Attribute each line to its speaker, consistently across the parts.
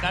Speaker 1: The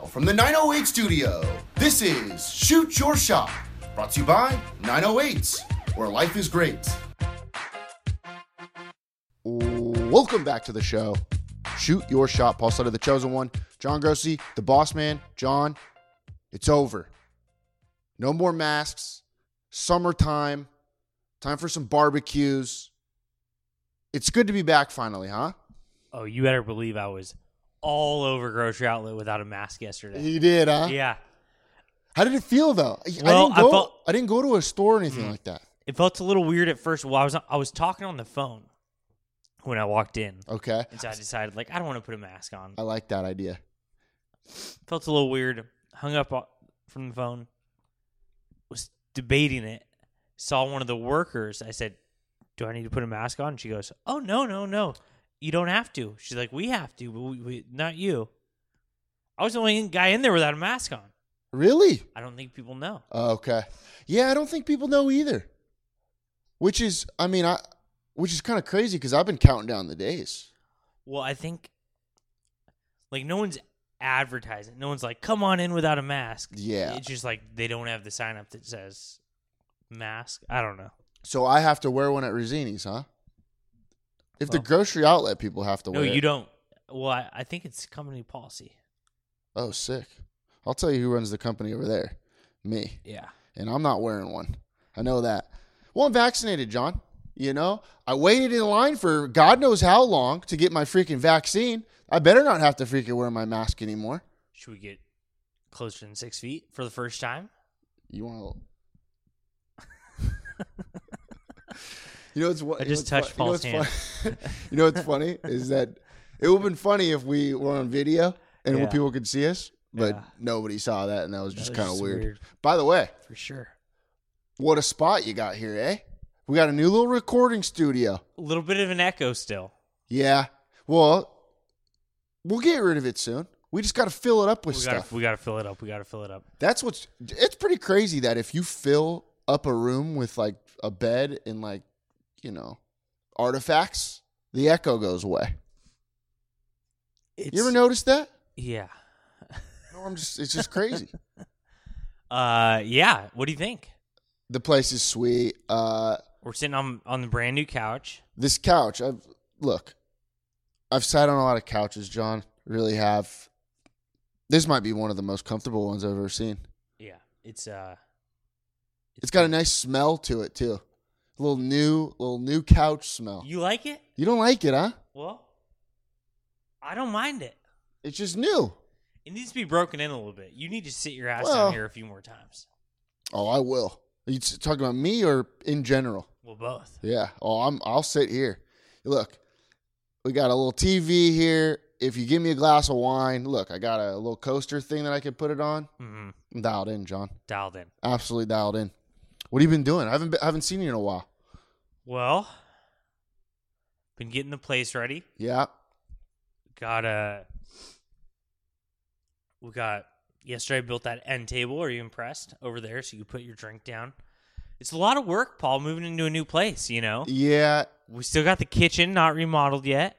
Speaker 2: from the 908 studio, this is Shoot Your Shot, brought to you by 908, where life is great. Welcome back to the show. Shoot Your Shot, Paul Sutter, the chosen one, John Grossi, the boss man. John, it's over. No more masks. Summertime. Time for some barbecues. It's good to be back finally, huh?
Speaker 3: Oh, you better believe I was all over grocery outlet without a mask yesterday.
Speaker 2: You did, huh?
Speaker 3: Yeah,
Speaker 2: How did it feel though? I- I
Speaker 3: Well,
Speaker 2: didn't
Speaker 3: I
Speaker 2: go. I,
Speaker 3: felt- Mm.
Speaker 2: didn't go to a store or anything like that.
Speaker 3: it felt a little weird at first. Well, I was I was talking on the phone when I walked in,
Speaker 2: Okay,
Speaker 3: and so I decided like I don't want to put a mask on.
Speaker 2: I like that idea.
Speaker 3: Felt a little weird. Hung up o- from the phone. Was debating it. Saw one of the workers. I said, "Do I need to put a mask on?" She goes, "Oh no, no, no. You don't have to." She's like, "We have to, but we, we not you." I was the only guy in there without a mask on.
Speaker 2: Really? Oh,
Speaker 3: I don't think people know.
Speaker 2: Okay. Yeah, I don't think people know either. Which is, I mean, I, which is kind of crazy because I've been counting down the days.
Speaker 3: Well, I think like no one's advertising. No one's like, "Come on in without a mask."
Speaker 2: Yeah.
Speaker 3: It's just like they don't have the sign up that says mask. I don't know.
Speaker 2: So I have to wear one at Rosini's, huh? If the
Speaker 3: Well-
Speaker 2: grocery outlet people have to
Speaker 3: No,
Speaker 2: wear,
Speaker 3: you
Speaker 2: it.
Speaker 3: don't. Well, I, I think it's company policy.
Speaker 2: Oh, sick! I'll tell you who runs the company over there, me.
Speaker 3: Yeah.
Speaker 2: and I'm not wearing one. I know that. Well, I'm vaccinated, John. You know, I waited in line for God knows how long to get my freaking vaccine. I better not have to freaking wear my mask anymore.
Speaker 3: Should we get closer than six feet for the first time?
Speaker 2: You want to? you know it's what
Speaker 3: I just touched Paul's
Speaker 2: you know, what's fu- you know what's funny is that it would have been funny if we were on video and
Speaker 3: Yeah.
Speaker 2: people could see us, but
Speaker 3: Yeah.
Speaker 2: nobody saw that, and that was
Speaker 3: That
Speaker 2: just
Speaker 3: was
Speaker 2: kind of
Speaker 3: just
Speaker 2: weird.
Speaker 3: weird.
Speaker 2: By the way,
Speaker 3: For sure.
Speaker 2: what a spot you got here, eh? We got a new little recording studio.
Speaker 3: A little bit of an echo still.
Speaker 2: Yeah. Well, we'll get rid of it soon. We just got to fill it up with
Speaker 3: We
Speaker 2: stuff.
Speaker 3: gotta, we gotta fill it up. We gotta fill it up.
Speaker 2: That's what's. It's pretty crazy that if you fill up a room with like a bed and like, you know, artifacts, the echo goes away.
Speaker 3: It's,
Speaker 2: you ever notice that?
Speaker 3: Yeah.
Speaker 2: No, I'm just. It's just crazy.
Speaker 3: Uh, yeah. What do you think?
Speaker 2: the place is sweet. Uh,
Speaker 3: We're sitting on on the brand new couch.
Speaker 2: this couch. I've look. I've sat on a lot of couches, John. Really have. This might be one of the most comfortable ones I've ever seen.
Speaker 3: Yeah. It's uh.
Speaker 2: It's got a nice smell to it too. A little new, little new couch smell. You,
Speaker 3: You like it?
Speaker 2: don't like it, huh?
Speaker 3: Well, I don't mind it.
Speaker 2: It's just new.
Speaker 3: It needs to be broken in a little bit. You need to sit your ass
Speaker 2: Well-
Speaker 3: down here a few more times.
Speaker 2: Oh, I will. Are you t- talking about me or in general?
Speaker 3: Well, both.
Speaker 2: Yeah. Oh, I'm. I'll sit here. Look, we got a little TV here. If you give me a glass of wine, look, I got a little coaster thing that I could put it on.
Speaker 3: Mm-hmm.
Speaker 2: I'm dialed in, John.
Speaker 3: Dialed in.
Speaker 2: Absolutely dialed in. What have you been doing? I haven't. Been, I haven't seen you in a while.
Speaker 3: Well, been getting the place ready.
Speaker 2: Yeah.
Speaker 3: Got a. We got yesterday. I built that end table. Are you impressed over there? So you can put your drink down. It's a lot of work, Paul. Moving into a new place. You know,
Speaker 2: Yeah.
Speaker 3: we still got the kitchen not remodeled yet.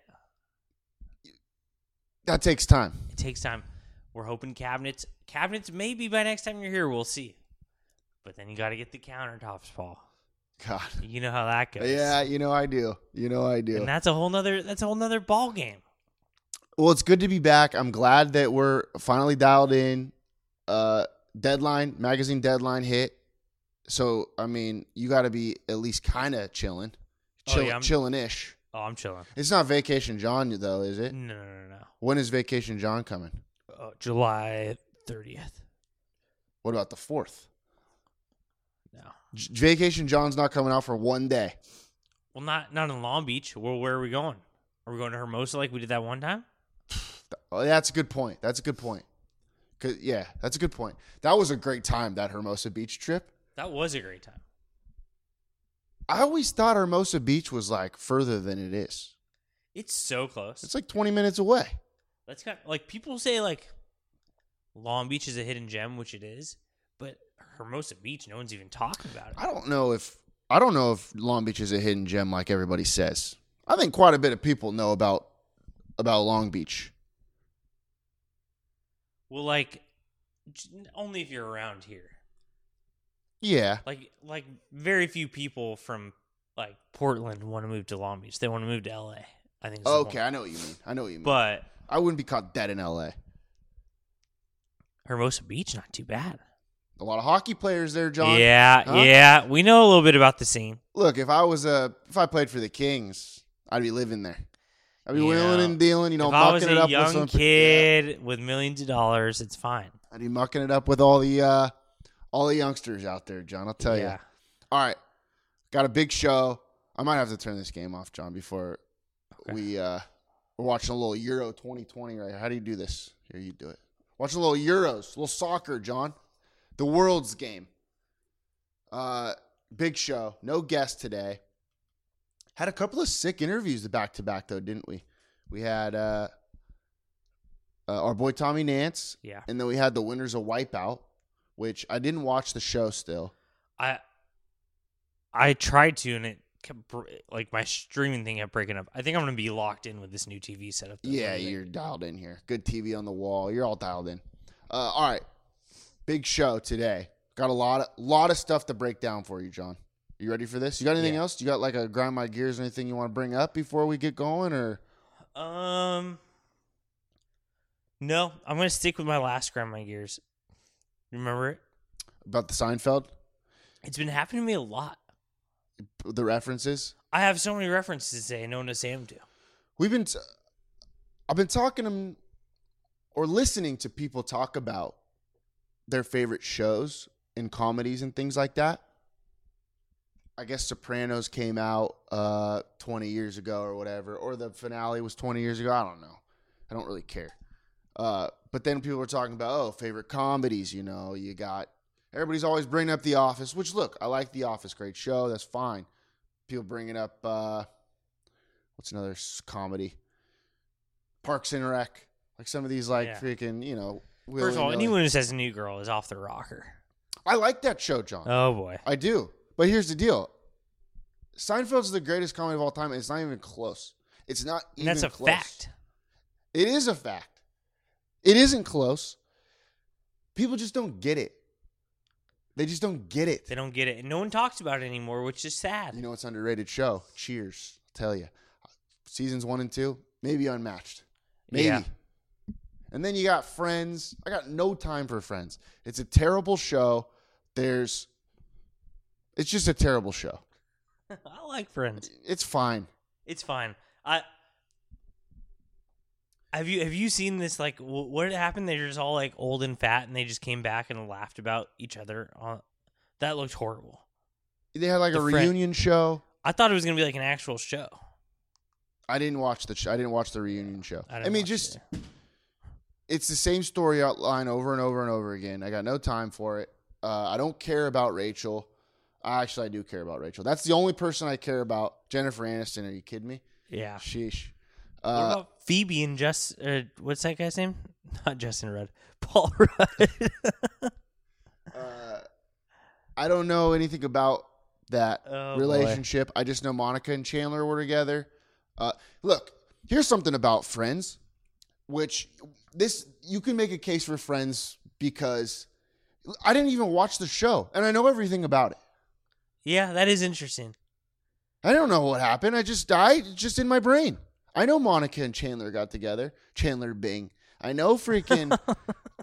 Speaker 2: That takes time.
Speaker 3: It takes time. We're hoping cabinets cabinets maybe by next time you're here we'll see. But then you got to get the countertops, Paul.
Speaker 2: God.
Speaker 3: You know how that goes.
Speaker 2: Yeah. You know I do. You know I do.
Speaker 3: and that's a whole nother that's a whole nother ball game.
Speaker 2: Well, it's good to be back. I'm glad that we're finally dialed in. Uh, deadline, magazine deadline hit. So, I mean, you got to be at least kind of chilling,
Speaker 3: Oh,
Speaker 2: chill,
Speaker 3: yeah, I'm-
Speaker 2: chilling ish.
Speaker 3: Oh, I'm chilling.
Speaker 2: It's not vacation, John, though, is
Speaker 3: No,
Speaker 2: it?
Speaker 3: no, no, no.
Speaker 2: When is vacation, John, coming?
Speaker 3: Oh, July thirtieth.
Speaker 2: What about the fourth?
Speaker 3: No.
Speaker 2: J- vacation, John's not coming out for one day.
Speaker 3: Well, not not in Long Beach. Well, where are we going? Are we going to Hermosa like we did that one time?
Speaker 2: Oh, that's a good point. That's a good point. 'Cause- yeah, that's a good point. That was a great time that Hermosa Beach trip.
Speaker 3: That was a great time.
Speaker 2: I always thought Hermosa Beach was like further than it is.
Speaker 3: It's so close.
Speaker 2: It's like 20 minutes away.
Speaker 3: That's kind of, like people say like Long Beach is a hidden gem, which it is, but Hermosa Beach, no one's even talking about it.
Speaker 2: I don't know if I don't know if Long Beach is a hidden gem like everybody says. I think quite a bit of people know about about Long Beach.
Speaker 3: Well, like j- only if you're around here.
Speaker 2: Yeah,
Speaker 3: Like like very few people from like Portland want to move to Long Beach. They want to move to LA. I think. is the point.
Speaker 2: Okay, I know what you mean. I know what you mean.
Speaker 3: But
Speaker 2: I wouldn't be caught dead in L.A.
Speaker 3: Hermosa Beach, not too bad.
Speaker 2: A lot of hockey players there, John.
Speaker 3: yeah,
Speaker 2: Huh?
Speaker 3: yeah. We know a little bit about the scene.
Speaker 2: Look, if I was a if I played for the Kings, I'd be living there. I'd be
Speaker 3: You
Speaker 2: willing
Speaker 3: know,
Speaker 2: and dealing. You know,
Speaker 3: if I was
Speaker 2: mucking it
Speaker 3: a
Speaker 2: up with
Speaker 3: young
Speaker 2: some
Speaker 3: kid with millions of dollars, it's fine.
Speaker 2: I'd be mucking it up with all the uh all the youngsters out there, John. I'll tell you. All right. Got a big show. I might have to turn this game off, John, before
Speaker 3: Okay.
Speaker 2: we uh we're watching a little Euro 2020 right here. How do you do this? Here you do it. Watch a little Euros, a little soccer, John. The world's game. Uh big show. No guest today. Had a couple of sick interviews the back to back though, didn't we? We had uh, uh our boy Tommy Nance
Speaker 3: Yeah.
Speaker 2: and then we had the winners of Wipeout, which I didn't watch the show still.
Speaker 3: I I tried to, and it kept br- like my streaming thing kept breaking up. I think I'm gonna be locked in with this new TV setup. that I'm
Speaker 2: Yeah,
Speaker 3: using.
Speaker 2: you're dialed in here. Good TV on the wall. You're all dialed in. Uh, all right, big show today. Got a lot of lot of stuff to break down for you, John. You ready for this? You got anything
Speaker 3: Yeah.
Speaker 2: else? You got like a grind my gears or anything you want to bring up before we get going, or
Speaker 3: Um, no, I'm gonna stick with my last grandma gears. Remember it?
Speaker 2: about the Seinfeld,
Speaker 3: It's been happening to me a lot.
Speaker 2: the references?
Speaker 3: I have so many references today, no one to Sam to.
Speaker 2: We've been, t- I've been talking to m- or listening to people talk about their favorite shows and comedies and things like that. I guess Sopranos came out uh, 20 years ago or whatever, or the finale was 20 years ago. I don't know. I don't really care. Uh, but then people were talking about, oh, favorite comedies. You know, you got everybody's always bringing up The Office, which look, I like The Office. Great show. That's fine. People bringing up, uh, what's another s- comedy? Parks and Rec. Like some of these, like
Speaker 3: Yeah.
Speaker 2: freaking, you know.
Speaker 3: First of all,
Speaker 2: willy-nilly.
Speaker 3: anyone who says new girl is off the rocker.
Speaker 2: I like that show, John.
Speaker 3: Oh boy.
Speaker 2: I do. But here's the deal. Seinfeld's the greatest comedy of all time, and it's not even close. It's not even
Speaker 3: And that's a
Speaker 2: close.
Speaker 3: fact.
Speaker 2: It is a fact. It isn't close. People just don't get it. They just don't get it.
Speaker 3: They don't get it. And no one talks about it anymore, which is sad.
Speaker 2: You know it's underrated show. Cheers. I'll tell you. Seasons one and two, maybe unmatched. Maybe.
Speaker 3: Yeah.
Speaker 2: And then you got Friends. I got no time for Friends. It's a terrible show. There's it's just a terrible show.
Speaker 3: I like friends.
Speaker 2: It's fine.
Speaker 3: It's fine. I have you have you seen this? Like, wh- what happened? They're just all like old and fat, and they just came back and laughed about each other. On that looked horrible.
Speaker 2: They had like a
Speaker 3: The Fri-
Speaker 2: reunion show.
Speaker 3: I thought it was gonna be like an actual show.
Speaker 2: I didn't watch the sh- I didn't watch the reunion show.
Speaker 3: I,
Speaker 2: I,
Speaker 3: didn't
Speaker 2: mean,
Speaker 3: watch
Speaker 2: just
Speaker 3: it.
Speaker 2: it's the same story outline over and over and over again. I got no time for it. Uh, I don't care about Rachel. Actually, I do care about Rachel. That's the only person I care about. Jennifer Aniston. Are you kidding me?
Speaker 3: yeah.
Speaker 2: Sheesh.
Speaker 3: what
Speaker 2: Uh,
Speaker 3: about Phoebe and Just? Uh, what's that guy's name? Not Justin Rudd. Paul Rudd.
Speaker 2: uh, I don't know anything about that
Speaker 3: Oh, boy.
Speaker 2: relationship. I just know Monica and Chandler were together. Uh, look, here's something about Friends, which this you can make a case for Friends because I didn't even watch the show and I know everything about it.
Speaker 3: yeah, that is interesting.
Speaker 2: I don't know what happened. I just died it's just in my brain. I know Monica and Chandler got together. Chandler Bing. I know freaking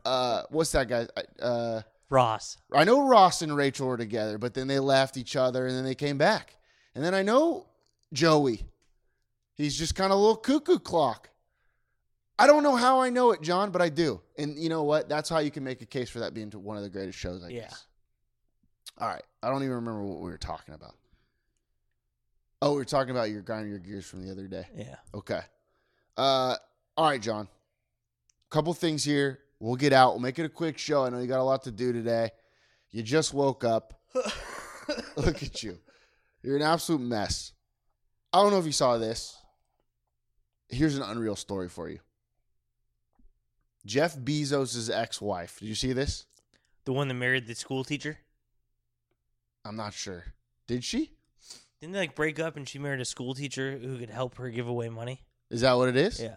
Speaker 2: uh what's that guy? Uh
Speaker 3: Ross.
Speaker 2: I know Ross and Rachel were together, but then they left each other and then they came back. And then I know Joey. He's just kind of a little cuckoo clock. I don't know how I know it, John, but I do. And you know what? That's how you can make a case for that being one of the greatest shows, I
Speaker 3: Yeah.
Speaker 2: guess. All right. I don't even remember what we were talking about. Oh, we were talking about your grind your gears from the other day.
Speaker 3: Yeah.
Speaker 2: Okay. Uh, all right, John. Couple things here. We'll get out. We'll make it a quick show. I know you got a lot to do today. You just woke up. Look at you. You're an absolute mess. I don't know if you saw this. Here's an unreal story for you. Jeff Bezos' ex-wife. Did you see this?
Speaker 3: The one that married the school teacher?
Speaker 2: I'm not sure. Did she?
Speaker 3: Didn't they like break up and she married a school teacher who could help her give away money?
Speaker 2: Is that what it is?
Speaker 3: Yeah.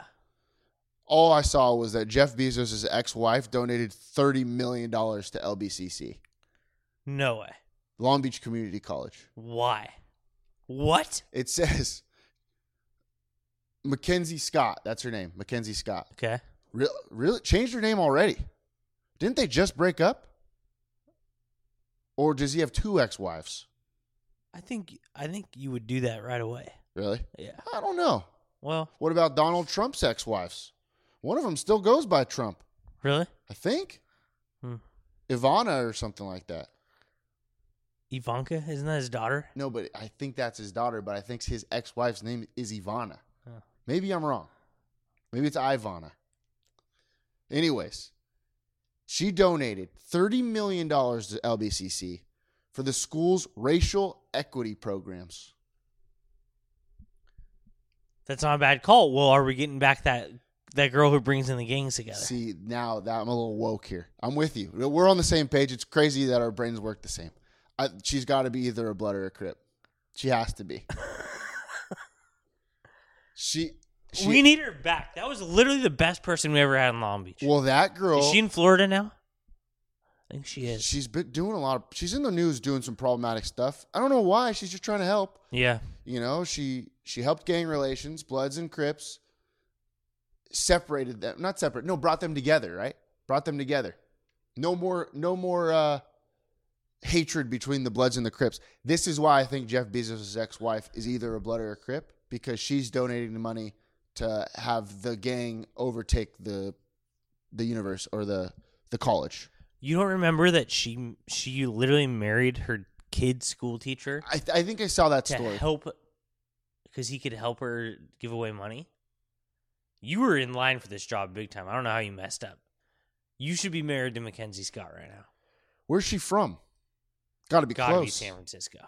Speaker 2: All I saw was that Jeff Bezos' ex-wife donated $30 million to LBCC,
Speaker 3: No way.
Speaker 2: Long Beach Community College.
Speaker 3: Why? What?
Speaker 2: It says Mackenzie Scott. That's her name, Mackenzie Scott.
Speaker 3: Okay.
Speaker 2: Re- really changed her name already. Didn't they just break up? Or does he have two ex-wives?
Speaker 3: I think I think you would do that right away.
Speaker 2: Really?
Speaker 3: Yeah.
Speaker 2: I don't know.
Speaker 3: Well,
Speaker 2: What about Donald Trump's ex-wives? One of them still goes by Trump,
Speaker 3: really?
Speaker 2: I think.
Speaker 3: Hmm.
Speaker 2: Ivana or something like that.
Speaker 3: Ivanka isn't that his daughter?
Speaker 2: No, but I think that's his daughter. But I think his ex-wife's name is Ivana.
Speaker 3: Huh.
Speaker 2: Maybe I'm wrong. Maybe it's Ivana. Anyways, she donated thirty million dollars to LBCC for the school's racial equity programs.
Speaker 3: That's not a bad call. Well, are we getting back that that girl who brings in the gangs together?
Speaker 2: See, now that I'm a little woke here, I'm with you. We're on the same page. It's crazy that our brains work the same. I, she's got to be either a blood or a crip. She has to be. she, she.
Speaker 3: we need her back. That was literally the best person we ever had in Long Beach.
Speaker 2: well, that girl.
Speaker 3: is she in Florida now? I think she is.
Speaker 2: She's been doing a lot of. She's in the news doing some problematic stuff. I don't know why. She's just trying to help.
Speaker 3: yeah.
Speaker 2: You know, she she helped gang relations, Bloods and Crips, separated them. Not separate. No, brought them together. Right, brought them together. No more. No more uh, hatred between the Bloods and the Crips. This is why I think Jeff Bezos' ex-wife is either a Blood or a Crip because she's donating the money to have the gang overtake the the universe or the the college.
Speaker 3: You don't remember that she she literally married her kid's school teacher
Speaker 2: I, th- I think I saw that
Speaker 3: to
Speaker 2: story.
Speaker 3: help because he could help her give away money. You were in line for this job big time. I don't know how you messed up. You should be married to Mackenzie Scott right now.
Speaker 2: Where's she from? Got to be
Speaker 3: Gotta
Speaker 2: close.
Speaker 3: be San Francisco.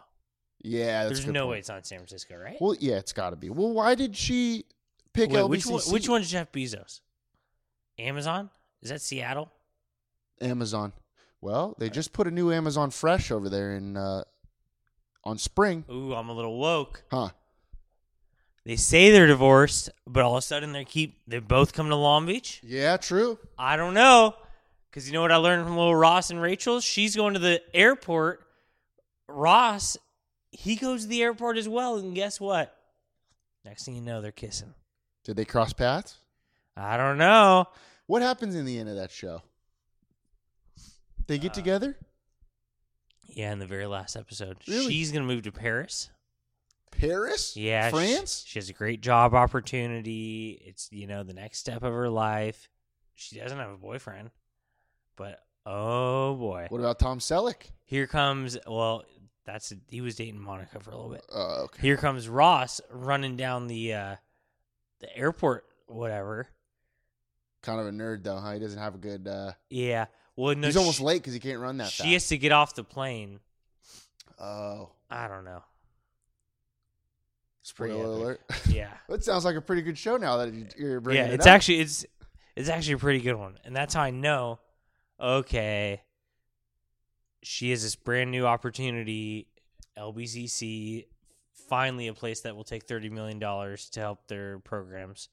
Speaker 2: Yeah, that's a
Speaker 3: There's
Speaker 2: good
Speaker 3: no
Speaker 2: point.
Speaker 3: way it's not San Francisco, right?
Speaker 2: Well, yeah, it's got to be. Well, why did she pick
Speaker 3: Wait,
Speaker 2: LBCC?
Speaker 3: which one, which one's Jeff Bezos? Amazon? Is that Seattle?
Speaker 2: Amazon. Well, they just put a new Amazon Fresh over there in uh, on Spring,
Speaker 3: Ooh, I'm a little woke.
Speaker 2: huh?
Speaker 3: They say they're divorced, but all of a sudden they keep they both come to Long Beach.
Speaker 2: Yeah, true.
Speaker 3: I don't know, because you know what I learned from little Ross and Rachel? She's going to the airport. Ross, he goes to the airport as well, and guess what? Next thing you know, they're kissing.
Speaker 2: Did they cross paths?
Speaker 3: I don't know.
Speaker 2: What happens in the end of that show? They
Speaker 3: Uh,
Speaker 2: get together.
Speaker 3: Yeah, in the very last episode,
Speaker 2: Really?
Speaker 3: she's gonna move to Paris.
Speaker 2: Paris.
Speaker 3: Yeah, she-
Speaker 2: France.
Speaker 3: She, has a great job opportunity. It's you know the next step of her life. She doesn't have a boyfriend, but oh boy,
Speaker 2: What about Tom Selleck?
Speaker 3: here comes. Well, that's he was dating Monica for a little bit.
Speaker 2: Uh, okay.
Speaker 3: Here comes Ross running down the uh the airport, whatever.
Speaker 2: Kind of a nerd though, huh? He doesn't have a good. Uh,
Speaker 3: Yeah, well, no,
Speaker 2: he's almost
Speaker 3: she,
Speaker 2: late because he can't run that
Speaker 3: She
Speaker 2: fast.
Speaker 3: has to get off the plane.
Speaker 2: oh,
Speaker 3: I don't know. It's pretty
Speaker 2: spoiler
Speaker 3: epic.
Speaker 2: alert.
Speaker 3: Yeah,
Speaker 2: That sounds like a pretty good show now that you- you're bringing
Speaker 3: yeah,
Speaker 2: it
Speaker 3: it's
Speaker 2: up.
Speaker 3: actually it's it's actually a pretty good one, and that's how I know. Okay, she has this brand new opportunity. LBCC finally a place that will take thirty million dollars to help their programs.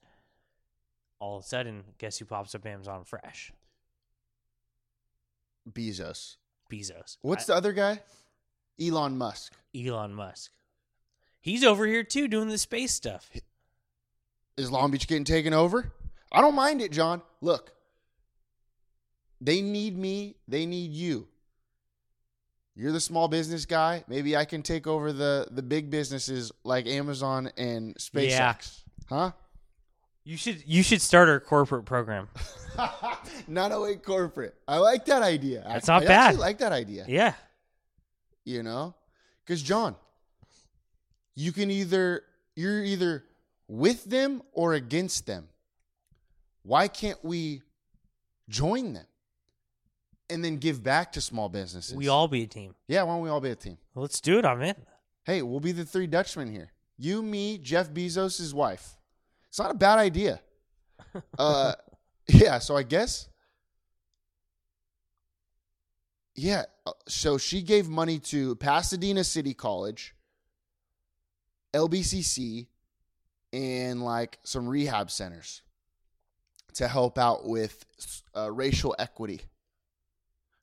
Speaker 3: All of a sudden, guess who pops up Amazon Fresh?
Speaker 2: Bezos.
Speaker 3: Bezos.
Speaker 2: What's the other guy? Elon Musk.
Speaker 3: I- Elon Musk? He's over here too doing the space stuff.
Speaker 2: Is Long Beach getting taken over? I don't mind it, John. Look, they need me. They need you. You're the small business guy. Maybe I can take over the the big businesses like Amazon and SpaceX.
Speaker 3: Yeah.
Speaker 2: Huh?
Speaker 3: You should you should start our corporate program.
Speaker 2: 908 corporate. I like that idea.
Speaker 3: That's
Speaker 2: I,
Speaker 3: not
Speaker 2: I
Speaker 3: bad.
Speaker 2: actually like that idea.
Speaker 3: Yeah.
Speaker 2: you know because john you can either you're either with them or against them why can't we join them, and then give back to small businesses.
Speaker 3: We all be a team.
Speaker 2: yeah. Why don't we all be a team?
Speaker 3: Let's do it. I'm in.
Speaker 2: Hey, we'll be the three Dutchmen here. You, me, Jeff Bezos' wife. It's not a bad idea. Uh, yeah. So I guess. Yeah. uh, So she gave money to Pasadena City College, LBCC, and like some rehab centers to help out with uh, racial equity.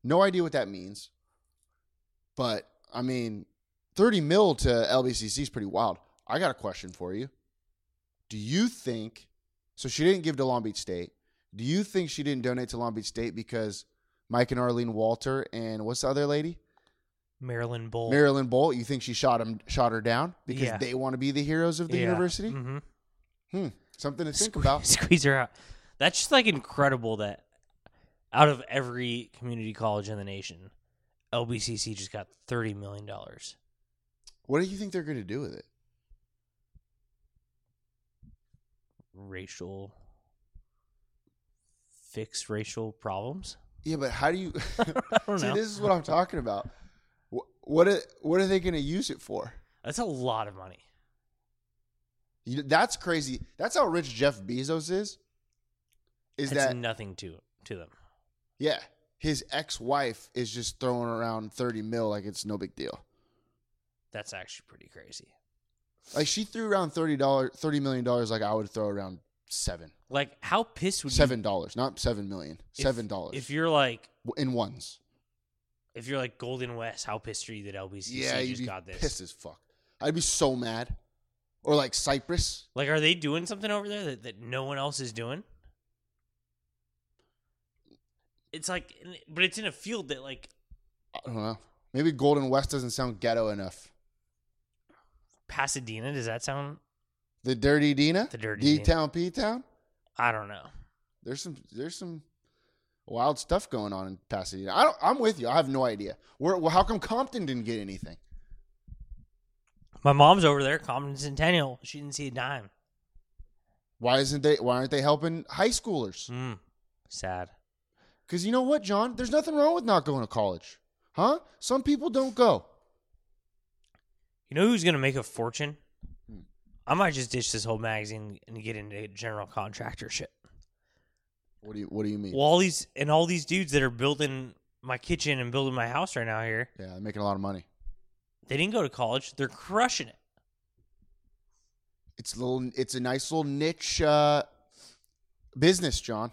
Speaker 2: No idea what that means, but I mean, 30 mil to LBCC is pretty wild. I got a question for you. Do you think so? She didn't give to Long Beach State. Do you think she didn't donate to Long Beach State because Mike and Arlene Walter and what's the other lady?
Speaker 3: Maryland Bowl.
Speaker 2: Marilyn Bolt. You think she shot him, shot her down because
Speaker 3: Yeah.
Speaker 2: they want to be the heroes of the
Speaker 3: Yeah.
Speaker 2: university?
Speaker 3: Mhm.
Speaker 2: Hmm. Something to think about.
Speaker 3: Squeeze her out. That's just like incredible that out of every community college in the nation, LBCC just got $30 million.
Speaker 2: What do you think they're going to do with it?
Speaker 3: Racial, fix racial problems.
Speaker 2: Yeah, but how do you?
Speaker 3: I don't
Speaker 2: See,
Speaker 3: know.
Speaker 2: this is what I'm talking about. Wh- What are, what are they going to use it for?
Speaker 3: That's a lot of money.
Speaker 2: You, that's crazy. That's how rich Jeff Bezos is. Is
Speaker 3: It's
Speaker 2: that
Speaker 3: nothing to to them.
Speaker 2: yeah? His ex-wife is just throwing around thirty mil like it's no big deal.
Speaker 3: That's actually pretty crazy.
Speaker 2: Like she threw around thirty dollars, thirty million dollars. Like I would throw around seven,
Speaker 3: Like, how pissed would you
Speaker 2: seven dollars, not seven million,
Speaker 3: if-
Speaker 2: seven dollars
Speaker 3: If you're like,
Speaker 2: in ones.
Speaker 3: if you're like Golden West, how pissed are you that LBCC
Speaker 2: Yeah, you'd
Speaker 3: just
Speaker 2: be
Speaker 3: got this?
Speaker 2: pissed as fuck. I'd be so mad. Or like Cyprus.
Speaker 3: Like, are they doing something over there that, that no one else is doing? It's like, but it's in a field that, like,
Speaker 2: I don't know. Maybe Golden West doesn't sound ghetto enough.
Speaker 3: Pasadena. Does that sound?
Speaker 2: The Dirty Dina,
Speaker 3: The Dirty
Speaker 2: D
Speaker 3: Dina.
Speaker 2: Town, P Town.
Speaker 3: I don't know.
Speaker 2: There's some there's some wild stuff going on in Pasadena. I don't, I'm with you. I have no idea. Where, well, how come Compton didn't get anything?
Speaker 3: My mom's over there, Compton Centennial. She didn't see a dime.
Speaker 2: Why isn't they? Why aren't they helping high schoolers?
Speaker 3: Mm, sad.
Speaker 2: Because you know what, John? There's nothing wrong with not going to college, huh? Some people don't go.
Speaker 3: You know who's gonna make a fortune? I might just ditch this whole magazine and get into general contractorship.
Speaker 2: What do you What do you mean?
Speaker 3: Well, all these and all these dudes that are building my kitchen and building my house right now here,
Speaker 2: yeah, they're making a lot of money.
Speaker 3: they didn't go to college. They're crushing it.
Speaker 2: It's a little. It's a nice little niche uh, business, John.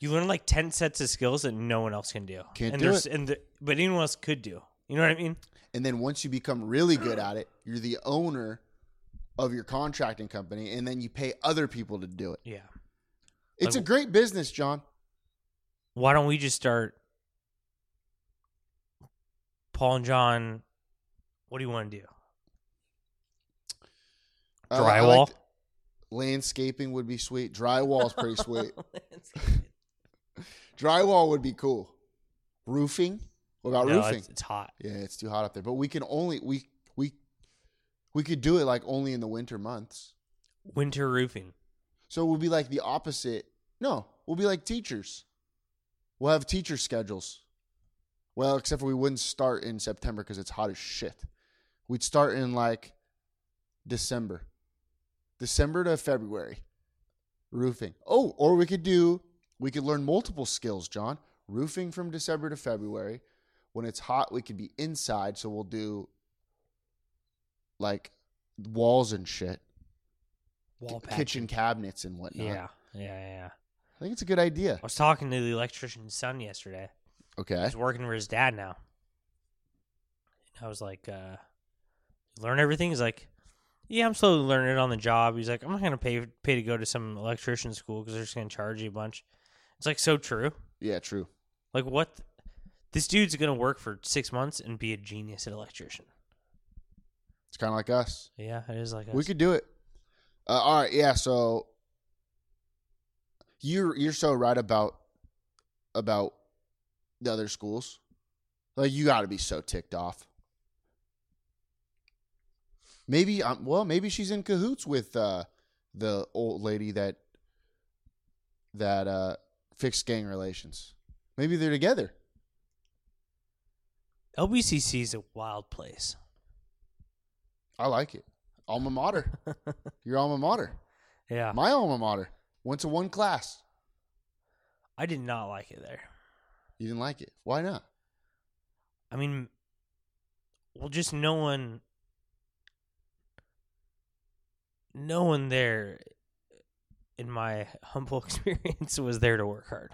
Speaker 3: You learn like ten sets of skills that no one else can do.
Speaker 2: Can't
Speaker 3: and
Speaker 2: do
Speaker 3: there's-
Speaker 2: it.
Speaker 3: And the, but anyone else could do. You know what I mean?
Speaker 2: And then once you become really good at it, you're the owner of your contracting company, and then you pay other people to do it.
Speaker 3: Yeah.
Speaker 2: It's a
Speaker 3: Like-
Speaker 2: great business, John.
Speaker 3: Why don't we just start? Paul and John, what do you want to do?
Speaker 2: Uh, I
Speaker 3: Drywall.
Speaker 2: like- landscaping would be sweet. Drywall's pretty sweet. Drywall would be cool. Roofing. What about
Speaker 3: no,
Speaker 2: uh, roofing?
Speaker 3: it's, it's hot.
Speaker 2: yeah, it's too hot up there. But we can only we we we could do it like only in the winter months.
Speaker 3: Winter roofing.
Speaker 2: So we'll be like the opposite. No, we'll be like teachers. We'll have teacher schedules. Well, except for we wouldn't start in September because it's hot as shit. We'd start in like December. December to February. Roofing. Oh, or we could do, we could learn multiple skills, John. Roofing from December to February. When it's hot, we could be inside. So we'll do like walls and shit,
Speaker 3: Wall
Speaker 2: K-
Speaker 3: patch.
Speaker 2: kitchen cabinets and whatnot.
Speaker 3: Yeah. Yeah, yeah, yeah.
Speaker 2: I think it's a good idea.
Speaker 3: I was talking to the electrician's son yesterday.
Speaker 2: Okay.
Speaker 3: He's working for his dad now. And I was like, uh, learn everything? He's like, yeah, I'm slowly learning it on the job. He's like, I'm not going to pay pay to go to some electrician school because they're just going to charge you a bunch. It's like so true.
Speaker 2: Yeah, true.
Speaker 3: Like, what? th- this dude's going to work for six months and be a genius at electrician.
Speaker 2: It's kind of like us.
Speaker 3: Yeah, it is like
Speaker 2: We
Speaker 3: us.
Speaker 2: could do it. Uh, all right, yeah. So you're you're so right about about the other schools. Like you got to be so ticked off. Maybe um, well, maybe she's in cahoots with uh, the old lady that that uh, fix gang relations. Maybe they're together.
Speaker 3: LBCC is a wild place.
Speaker 2: I like it. Alma mater. Your alma mater.
Speaker 3: Yeah.
Speaker 2: My alma mater. Went to one class.
Speaker 3: I did not like it there.
Speaker 2: You didn't like it. Why not?
Speaker 3: I mean, well, just no one, no one there, in my humble experience, was there to work hard.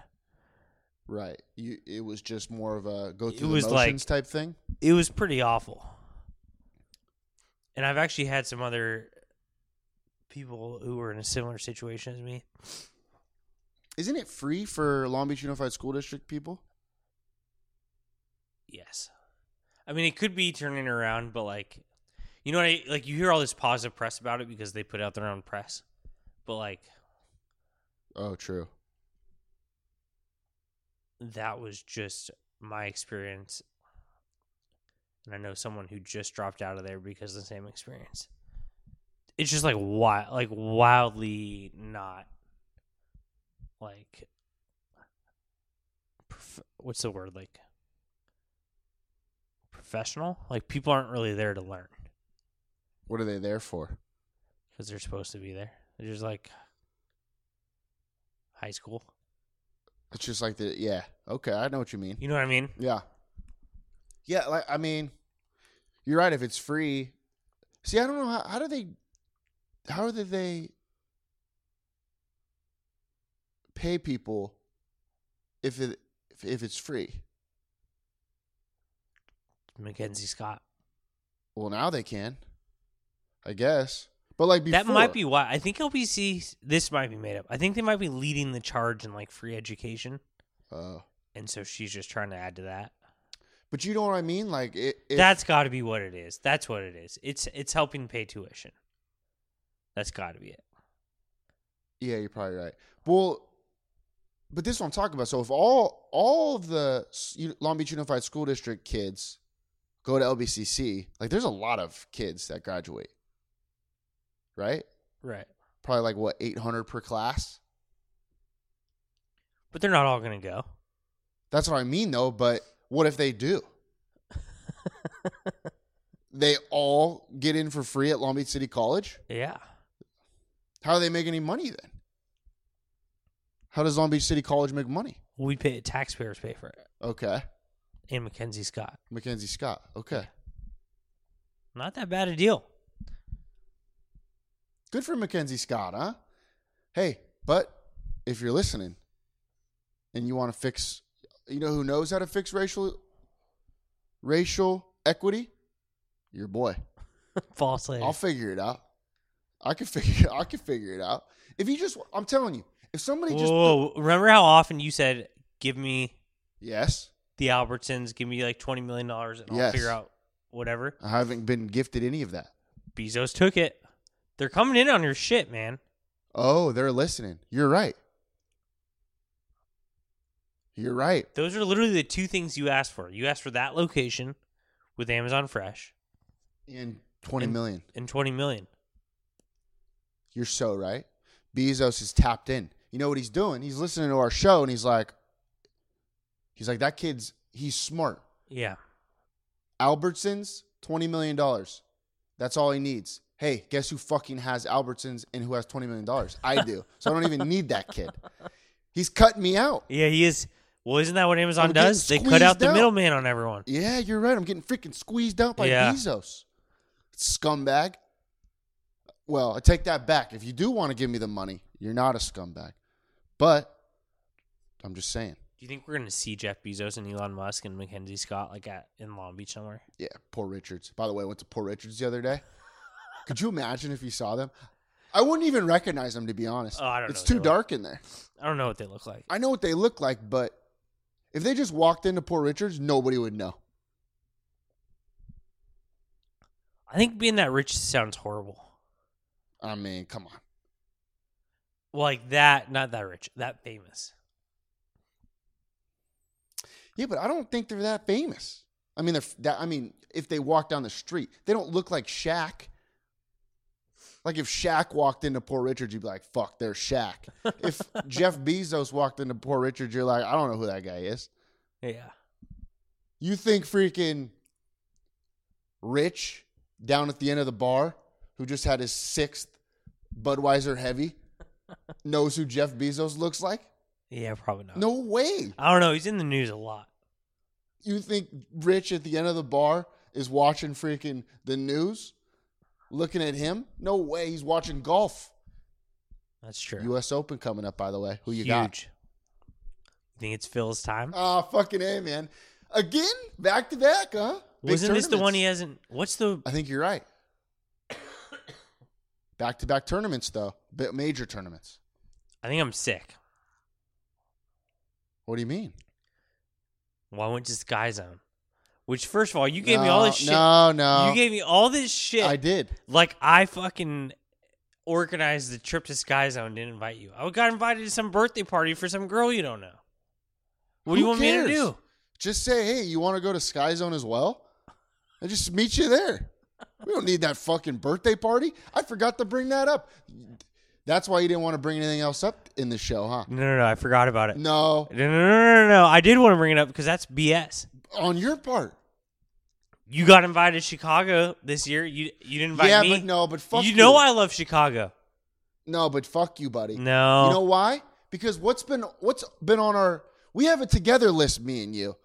Speaker 2: Right. You, it was just more of a go
Speaker 3: It
Speaker 2: through
Speaker 3: was
Speaker 2: the
Speaker 3: like-
Speaker 2: motions type thing.
Speaker 3: It was pretty awful. And I've actually had some other people who were in a similar situation as me.
Speaker 2: Isn't it free for Long Beach Unified School District people?
Speaker 3: Yes. I mean, it could be turning around, but like, you know what? I like you hear all this positive press about it because they put out their own press, but like
Speaker 2: Oh, true.
Speaker 3: that was just my experience. And I know someone who just dropped out of there because of the same experience. It's just like wild, like wildly not like prof- what's the word like professional? Like people aren't really there to learn
Speaker 2: What are they there for?
Speaker 3: because they're supposed to be there. They're just like high school.
Speaker 2: It's just like the yeah. Okay, I know what you mean.
Speaker 3: You know what I mean?
Speaker 2: Yeah. Yeah, like I mean, you're right. If it's free, see, I don't know how, how do they, how do they pay people if it if, if it's free?
Speaker 3: Mackenzie Scott.
Speaker 2: Well, now they can, I guess. But like before,
Speaker 3: That might be why. I think LBC. This might be made up. I think they might be leading the charge in like free education,
Speaker 2: Oh.
Speaker 3: and so she's just trying to add to that.
Speaker 2: but you know what I mean? Like it. it
Speaker 3: That's got to be what it is. That's what it is. It's it's helping pay tuition. That's got to be it.
Speaker 2: Yeah, you're probably right. Well, but this is what I'm talking about. So if all all of the S- U- Long Beach Unified School District kids go to LBCC, like there's a lot of kids that graduate, right?
Speaker 3: Right.
Speaker 2: Probably like what 800 per class.
Speaker 3: But they're not all going to go.
Speaker 2: That's what I mean, though. But what if they do? they all get in for free at Long Beach City College.
Speaker 3: Yeah.
Speaker 2: How do they make any money then? How does Long Beach City College make money?
Speaker 3: We pay taxpayers pay for it.
Speaker 2: Okay,
Speaker 3: And Mackenzie Scott.
Speaker 2: Mackenzie Scott. Okay.
Speaker 3: Not that bad a deal.
Speaker 2: Good for Mackenzie Scott, huh? Hey, but if you're listening and you want to fix, you know who knows how to fix racial racial equity? Your boy.
Speaker 3: False lady.
Speaker 2: I'll figure it out. I can figure. I can figure it out. If you just, I'm telling you, if somebody just,
Speaker 3: Whoa! Remember how often you said, "Give me
Speaker 2: yes,
Speaker 3: the Albertsons, give me like twenty million dollars, and I'll
Speaker 2: Yes.
Speaker 3: figure out whatever."
Speaker 2: I haven't been gifted any of that.
Speaker 3: Bezos took it. They're coming in on your shit, man.
Speaker 2: Oh, they're listening. You're right. You're right.
Speaker 3: Those are literally the two things you asked for. You asked for that location with Amazon Fresh
Speaker 2: And twenty
Speaker 3: And-
Speaker 2: million.
Speaker 3: and 20 million.
Speaker 2: You're so right. Bezos is tapped in. You know what he's doing? He's listening to our show and he's like, he's like, that kid's, he's smart.
Speaker 3: Yeah.
Speaker 2: Albertsons, $20 million. That's all he needs. Hey, guess who fucking has Albertsons and who has $20 million? I do. so I don't even need that kid. He's cutting me out.
Speaker 3: Yeah, he is. Well, isn't that what Amazon
Speaker 2: I'm getting
Speaker 3: does? They cut
Speaker 2: squeezed
Speaker 3: out the
Speaker 2: out.
Speaker 3: middleman on everyone.
Speaker 2: Yeah, you're right. I'm getting freaking squeezed out by
Speaker 3: Yeah.
Speaker 2: Bezos. Scumbag. Well, I take that back. If you do want to give me the money, you're not a scumbag. But I'm just saying.
Speaker 3: Do you think we're going to see Jeff Bezos and Elon Musk and Mackenzie Scott like at in Long Beach somewhere?
Speaker 2: Yeah, poor Richards. By the way, I went to poor Richards the other day. Could you imagine if you saw them? I wouldn't even recognize them to be honest.
Speaker 3: Oh, I don't
Speaker 2: it's
Speaker 3: know.
Speaker 2: too
Speaker 3: They look-
Speaker 2: dark in there.
Speaker 3: I don't know what they look like.
Speaker 2: I know what they look like, but if they just walked into poor Richards, nobody would know.
Speaker 3: I think being that rich sounds horrible.
Speaker 2: I mean, come on.
Speaker 3: Well, like that, not that rich, that famous.
Speaker 2: Yeah, but I don't think they're that famous. I mean, they're that. I mean, if they walk down the street, they don't look like Shaq. Like if Shaq walked into Poor Richard, you'd be like, "Fuck, there's Shaq." if Jeff Bezos walked into Poor Richard, you're like, "I don't know who that guy is."
Speaker 3: Yeah.
Speaker 2: You think freaking Rich down at the end of the bar, who just had his sixth Budweiser heavy, knows who Jeff Bezos looks like?
Speaker 3: Yeah, probably not.
Speaker 2: No way.
Speaker 3: I don't know. He's in the news a lot.
Speaker 2: You think Rich at the end of the bar is watching freaking the news, looking at him? No way. He's watching golf.
Speaker 3: That's true.
Speaker 2: U.S. Open coming up, by the way. Who you
Speaker 3: Huge.
Speaker 2: got?
Speaker 3: You think it's Phil's time?
Speaker 2: Ah, fucking a man. Again, back to back, huh? Big
Speaker 3: Wasn't this the one
Speaker 2: tournaments.
Speaker 3: he hasn't? What's the?
Speaker 2: I think you're right. Back to back tournaments, though, Bi- major tournaments.
Speaker 3: I think I'm sick.
Speaker 2: What do you mean?
Speaker 3: Well, I went to Sky Zone, which first of all, you gave me all
Speaker 2: No,
Speaker 3: this shit.
Speaker 2: No, no,
Speaker 3: You gave me all this shit.
Speaker 2: I did.
Speaker 3: Like I fucking organized the trip to Sky Zone and didn't invite you. I got invited to some birthday party for some girl you don't know. What do you
Speaker 2: Who
Speaker 3: want me to
Speaker 2: cares?
Speaker 3: do?
Speaker 2: Just say, hey, you want to go to Sky Zone as well? I just meet you there. We don't need that fucking birthday party. I forgot to bring that up. That's why you didn't want to bring anything else up in the show, huh?
Speaker 3: No, no, no. I forgot about it. No,
Speaker 2: No,
Speaker 3: no, no, no, no. no. I did want to bring it up because that's BS.
Speaker 2: on your part.
Speaker 3: You got invited to Chicago this year. You you didn't invite
Speaker 2: yeah,
Speaker 3: me.
Speaker 2: but no, but fuck
Speaker 3: you know I love Chicago.
Speaker 2: No, but fuck you, buddy.
Speaker 3: No.
Speaker 2: You know why? Because what's been what's been on our we have a together list, me and you.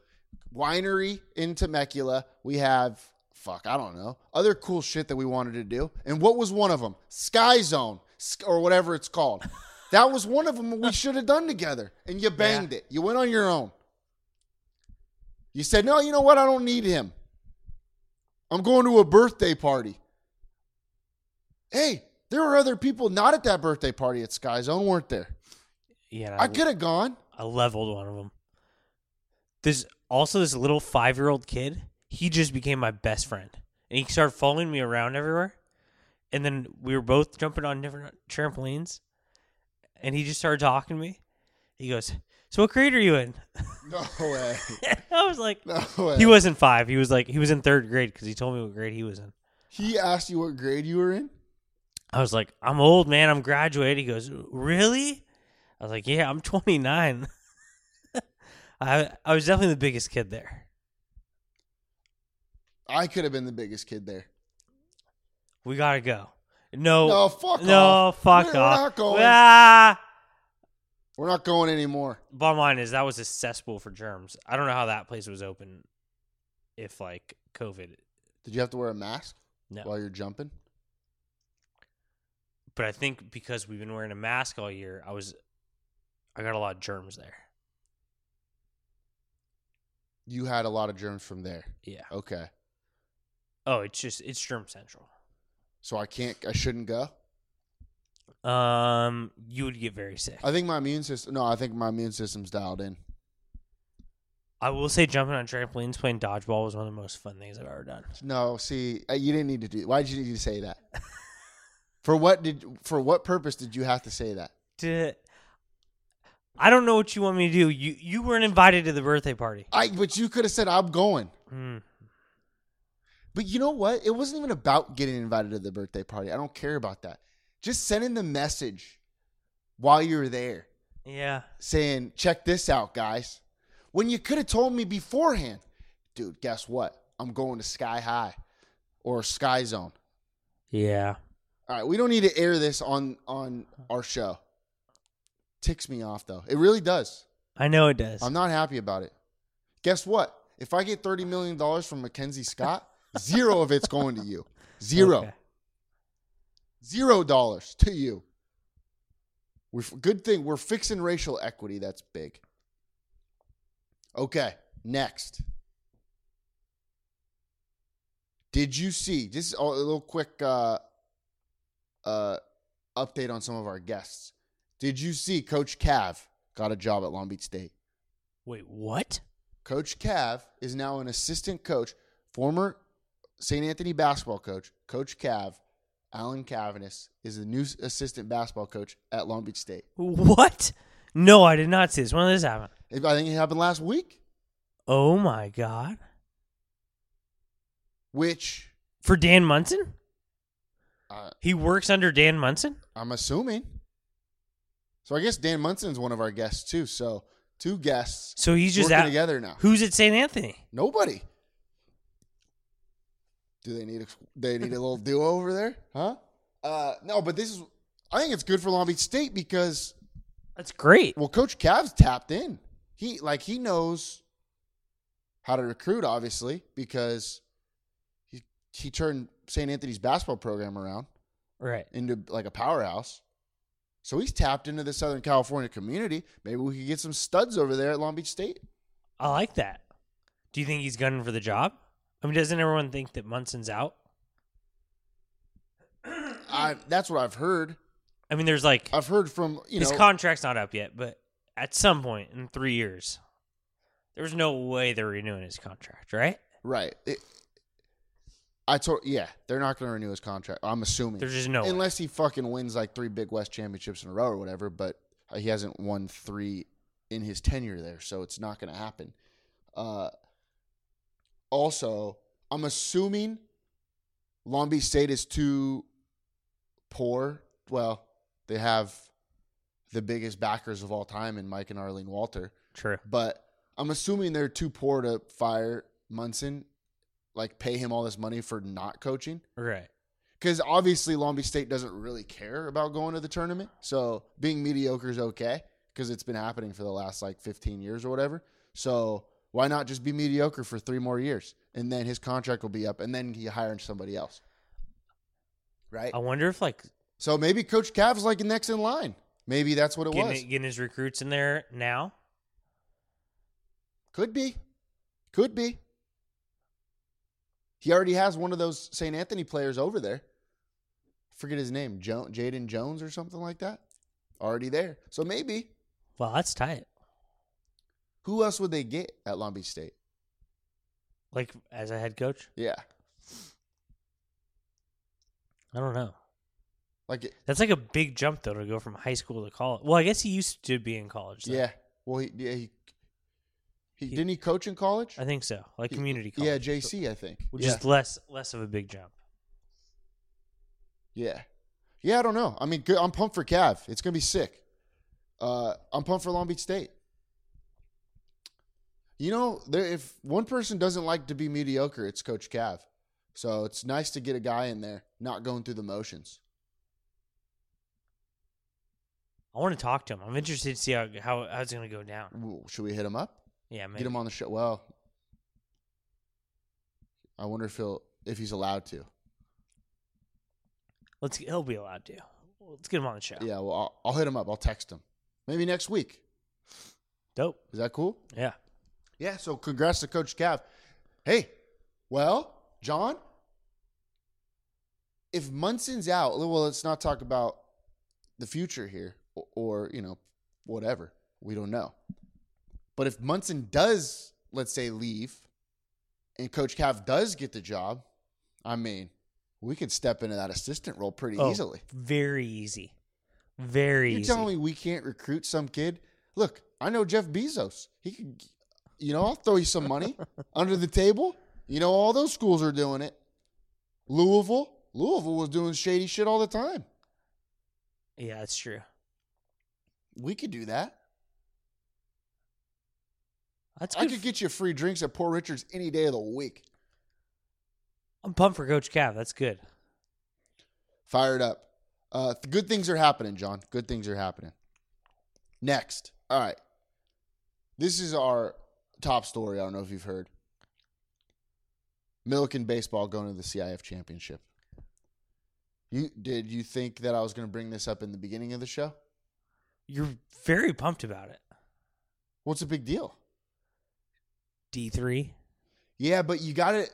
Speaker 2: Winery in Temecula. We have fuck, I don't know. Other cool shit that we wanted to do. And what was one of them? Sky Zone sk- or whatever it's called. that was one of them we should have done together. And you banged it. You went on your own. You said, "No, you know what? I don't need him. I'm going to a birthday party." Hey, there were other people not at that birthday party at Sky Zone, weren't there?
Speaker 3: Yeah,
Speaker 2: I could have gone.
Speaker 3: I leveled one of them. There's also this little five year old kid. He just became my best friend, and he started following me around everywhere. And then we were both jumping on different trampolines, and he just started talking to me. He goes, "So what grade are you in?"
Speaker 2: No way.
Speaker 3: I was like,
Speaker 2: No way.
Speaker 3: "He wasn't five. He was like he was in third grade because he told me what grade he was in."
Speaker 2: He asked you what grade you were in.
Speaker 3: I was like, I'm old, man. I'm graduating. He goes, Really? I was like, Yeah, I'm 29. I I was definitely the biggest kid there.
Speaker 2: I could have been the biggest kid there.
Speaker 3: We gotta go. No,
Speaker 2: No, fuck
Speaker 3: no,
Speaker 2: off.
Speaker 3: fuck
Speaker 2: We're-
Speaker 3: off.
Speaker 2: we're not going.
Speaker 3: Ah!
Speaker 2: We're not going anymore.
Speaker 3: Bottom line is that was a cesspool for germs. I don't know how that place was open. If like COVID,
Speaker 2: Did you have to wear a mask
Speaker 3: no.
Speaker 2: while you're jumping?
Speaker 3: but I think because we've been wearing a mask all year, I was, I got a lot of germs there.
Speaker 2: You had a lot of germs from there.
Speaker 3: Yeah.
Speaker 2: Okay.
Speaker 3: Oh, it's just it's germ central.
Speaker 2: So I can't I shouldn't go?
Speaker 3: Um, you would get very sick.
Speaker 2: I think my immune system No, I think my immune system's dialed in.
Speaker 3: I will say jumping on trampolines playing dodgeball was one of the most fun things I've ever done.
Speaker 2: No, see, uh, you didn't need to do. Why did you need to say that? for what did for what purpose did you have to say that?
Speaker 3: To- I don't know what you want me to do. You you weren't invited to the birthday party.
Speaker 2: I but you could have said I'm going.
Speaker 3: Mm.
Speaker 2: But you know what? It wasn't even about getting invited to the birthday party. I don't care about that. Just sending the message while you were there
Speaker 3: Yeah.
Speaker 2: saying, "Check this out, guys." When you could have told me beforehand, dude. Guess what? I'm going to Sky High or Sky Zone.
Speaker 3: Yeah.
Speaker 2: All right, we don't need to air this on on our show. Ticks me off though. It really does.
Speaker 3: I know it does.
Speaker 2: I'm not happy about it. Guess what? If I get $30 million from Mackenzie Scott, zero of it's going to you. Zero.
Speaker 3: Okay.
Speaker 2: Zero dollars to you. We're, f- good thing we're fixing racial equity. That's big. Okay, next. Did you see? This is a a little quick uh, uh, update on some of our guests. Did you see Coach Cav got a job at Long Beach State?
Speaker 3: Wait, what?
Speaker 2: Coach Cav is now an assistant coach, former St. Anthony basketball coach, Coach Cav, Alan Cavanis is the new assistant basketball coach at Long Beach State.
Speaker 3: What? No, I did not see this. When did this happen?
Speaker 2: I think it happened last week,
Speaker 3: Oh my god.
Speaker 2: which
Speaker 3: For Dan Munson?
Speaker 2: Uh,
Speaker 3: He works under Dan Munson.
Speaker 2: I'm assuming. So I guess Dan Munson's one of our guests too. So two guests.
Speaker 3: So he's just
Speaker 2: working
Speaker 3: out.
Speaker 2: together now.
Speaker 3: Who's at St. Anthony?
Speaker 2: Nobody. Do they need a they need a little do over there? Huh? Uh, no, but this is I think it's good for Long Beach State because
Speaker 3: That's great.
Speaker 2: well, Coach Cav's tapped in. He like he knows how to recruit, obviously, because he he turned St. Anthony's basketball program around
Speaker 3: Right.
Speaker 2: into like a powerhouse. So he's tapped into the Southern California community. Maybe we could get some studs over there at Long Beach State.
Speaker 3: I like that. Do you think he's gunning for the job? I mean, doesn't everyone think that Munson's out?
Speaker 2: I that's what I've heard.
Speaker 3: I mean, there's like
Speaker 2: I've heard from Uh, you know
Speaker 3: his contract's not up yet, but at some point in three years, there was no way they're renewing his contract, right?
Speaker 2: Right. It- I told yeah, they're not going to renew his contract. I'm assuming
Speaker 3: There's just no way.
Speaker 2: unless he fucking wins like three Big West championships in a row or whatever. But uh, he hasn't won three in his tenure there, so it's not going to happen. Uh, also, I'm assuming Long Beach State is too poor. Well, they have the biggest backers of all time in Mike and Arlene Walter
Speaker 3: True.
Speaker 2: but I'm assuming they're too poor to fire Munson, like pay him all this money for not coaching.
Speaker 3: Right.
Speaker 2: Because obviously Long Beach State doesn't really care about going to the tournament, so being mediocre is okay because it's been happening for the last like 15 years or whatever. So why not just be mediocre for three more years and then his contract will be up and then he hires somebody else, right?
Speaker 3: I wonder if like
Speaker 2: So maybe Coach Cav's like next in line. Maybe that's what it was.
Speaker 3: getting, getting his recruits in there now.
Speaker 2: Could be. Could be. He already has one of those St. Anthony players over there. Forget his name, jo- Jaden Jones or something like that. Already there. So maybe.
Speaker 3: Well, that's tight.
Speaker 2: Who else would they get at Long Beach State?
Speaker 3: Like as a head coach,
Speaker 2: Yeah.
Speaker 3: I don't know.
Speaker 2: Like, it-
Speaker 3: That's like a big jump though to go from high school to college. Well, I guess he used to be in college. Though.
Speaker 2: yeah. Well, he, yeah, he, he,
Speaker 3: He-
Speaker 2: didn't he coach in college?
Speaker 3: I think so. Like
Speaker 2: He-
Speaker 3: community college.
Speaker 2: Yeah, JC, I think.
Speaker 3: which
Speaker 2: yeah.
Speaker 3: is less less of a big jump.
Speaker 2: Yeah. Yeah, I don't know. I mean, good, I'm pumped for Cav. It's going to be sick. Uh, I'm pumped for Long Beach State. You know, there, if one person doesn't like to be mediocre, it's Coach Cav. So it's nice to get a guy in there not going through the motions.
Speaker 3: I want to talk to him. I'm interested to see how how, how it's going to go down.
Speaker 2: Ooh, Should we hit him up?
Speaker 3: Yeah, maybe.
Speaker 2: Get him on the show. Well, I wonder if he'll if he's allowed to.
Speaker 3: Let's he'll be allowed to. Let's get him on the show.
Speaker 2: Yeah, well, I'll, I'll hit him up. I'll text him. Maybe next week.
Speaker 3: Dope.
Speaker 2: Is that cool?
Speaker 3: Yeah.
Speaker 2: Yeah, so congrats to Coach Cav. Hey, well, John, if Munson's out, well, let's not talk about the future here or, or, you know, whatever. We don't know. But if Munson does, let's say, leave and Coach Cav does get the job, I mean, we could step into that assistant role pretty
Speaker 3: Oh,
Speaker 2: easily.
Speaker 3: Very easy. Very
Speaker 2: You're
Speaker 3: easy.
Speaker 2: telling me we can't recruit some kid? Look, I know Jeff Bezos. He could, you know, I'll throw you some money under the table. You know, all those schools are doing it. Louisville, Louisville was doing shady shit all the time.
Speaker 3: yeah, that's true.
Speaker 2: We could do that.
Speaker 3: That's
Speaker 2: I
Speaker 3: good.
Speaker 2: could get you free drinks at Poor Richards any day of the week.
Speaker 3: I'm pumped for Coach Cav. That's good.
Speaker 2: Fired up. Uh, th- good things are happening, John. Good things are happening. Next. All right. This is our top story. I don't know if you've heard. Milliken baseball going to the CIF championship. You did you think that I was going to bring this up in the beginning of the show?
Speaker 3: You're very pumped about it.
Speaker 2: What's a big deal?
Speaker 3: D three.
Speaker 2: Yeah, but you got it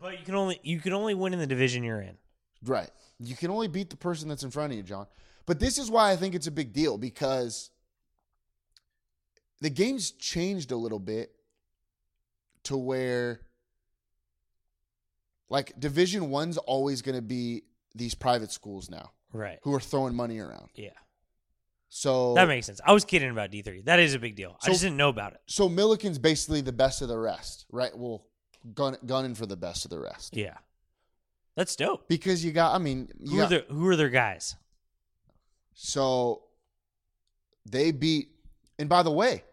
Speaker 3: But you can only you can only win in the division you're in.
Speaker 2: Right. You can only beat the person that's in front of you, John. But this is why I think it's a big deal because the game's changed a little bit to where like division 1's always going to be these private schools now
Speaker 3: Right.
Speaker 2: who are throwing money around.
Speaker 3: Yeah.
Speaker 2: So
Speaker 3: That makes sense. I was kidding about D three. That is a big deal. I
Speaker 2: So-
Speaker 3: just didn't know about it.
Speaker 2: so Milliken's basically the best of the rest, right? Well, gun, gunning for the best of the rest.
Speaker 3: Yeah. That's dope.
Speaker 2: because you got. I mean, you
Speaker 3: Who
Speaker 2: got,
Speaker 3: are their Who are their guys?
Speaker 2: So they beat, and by the way,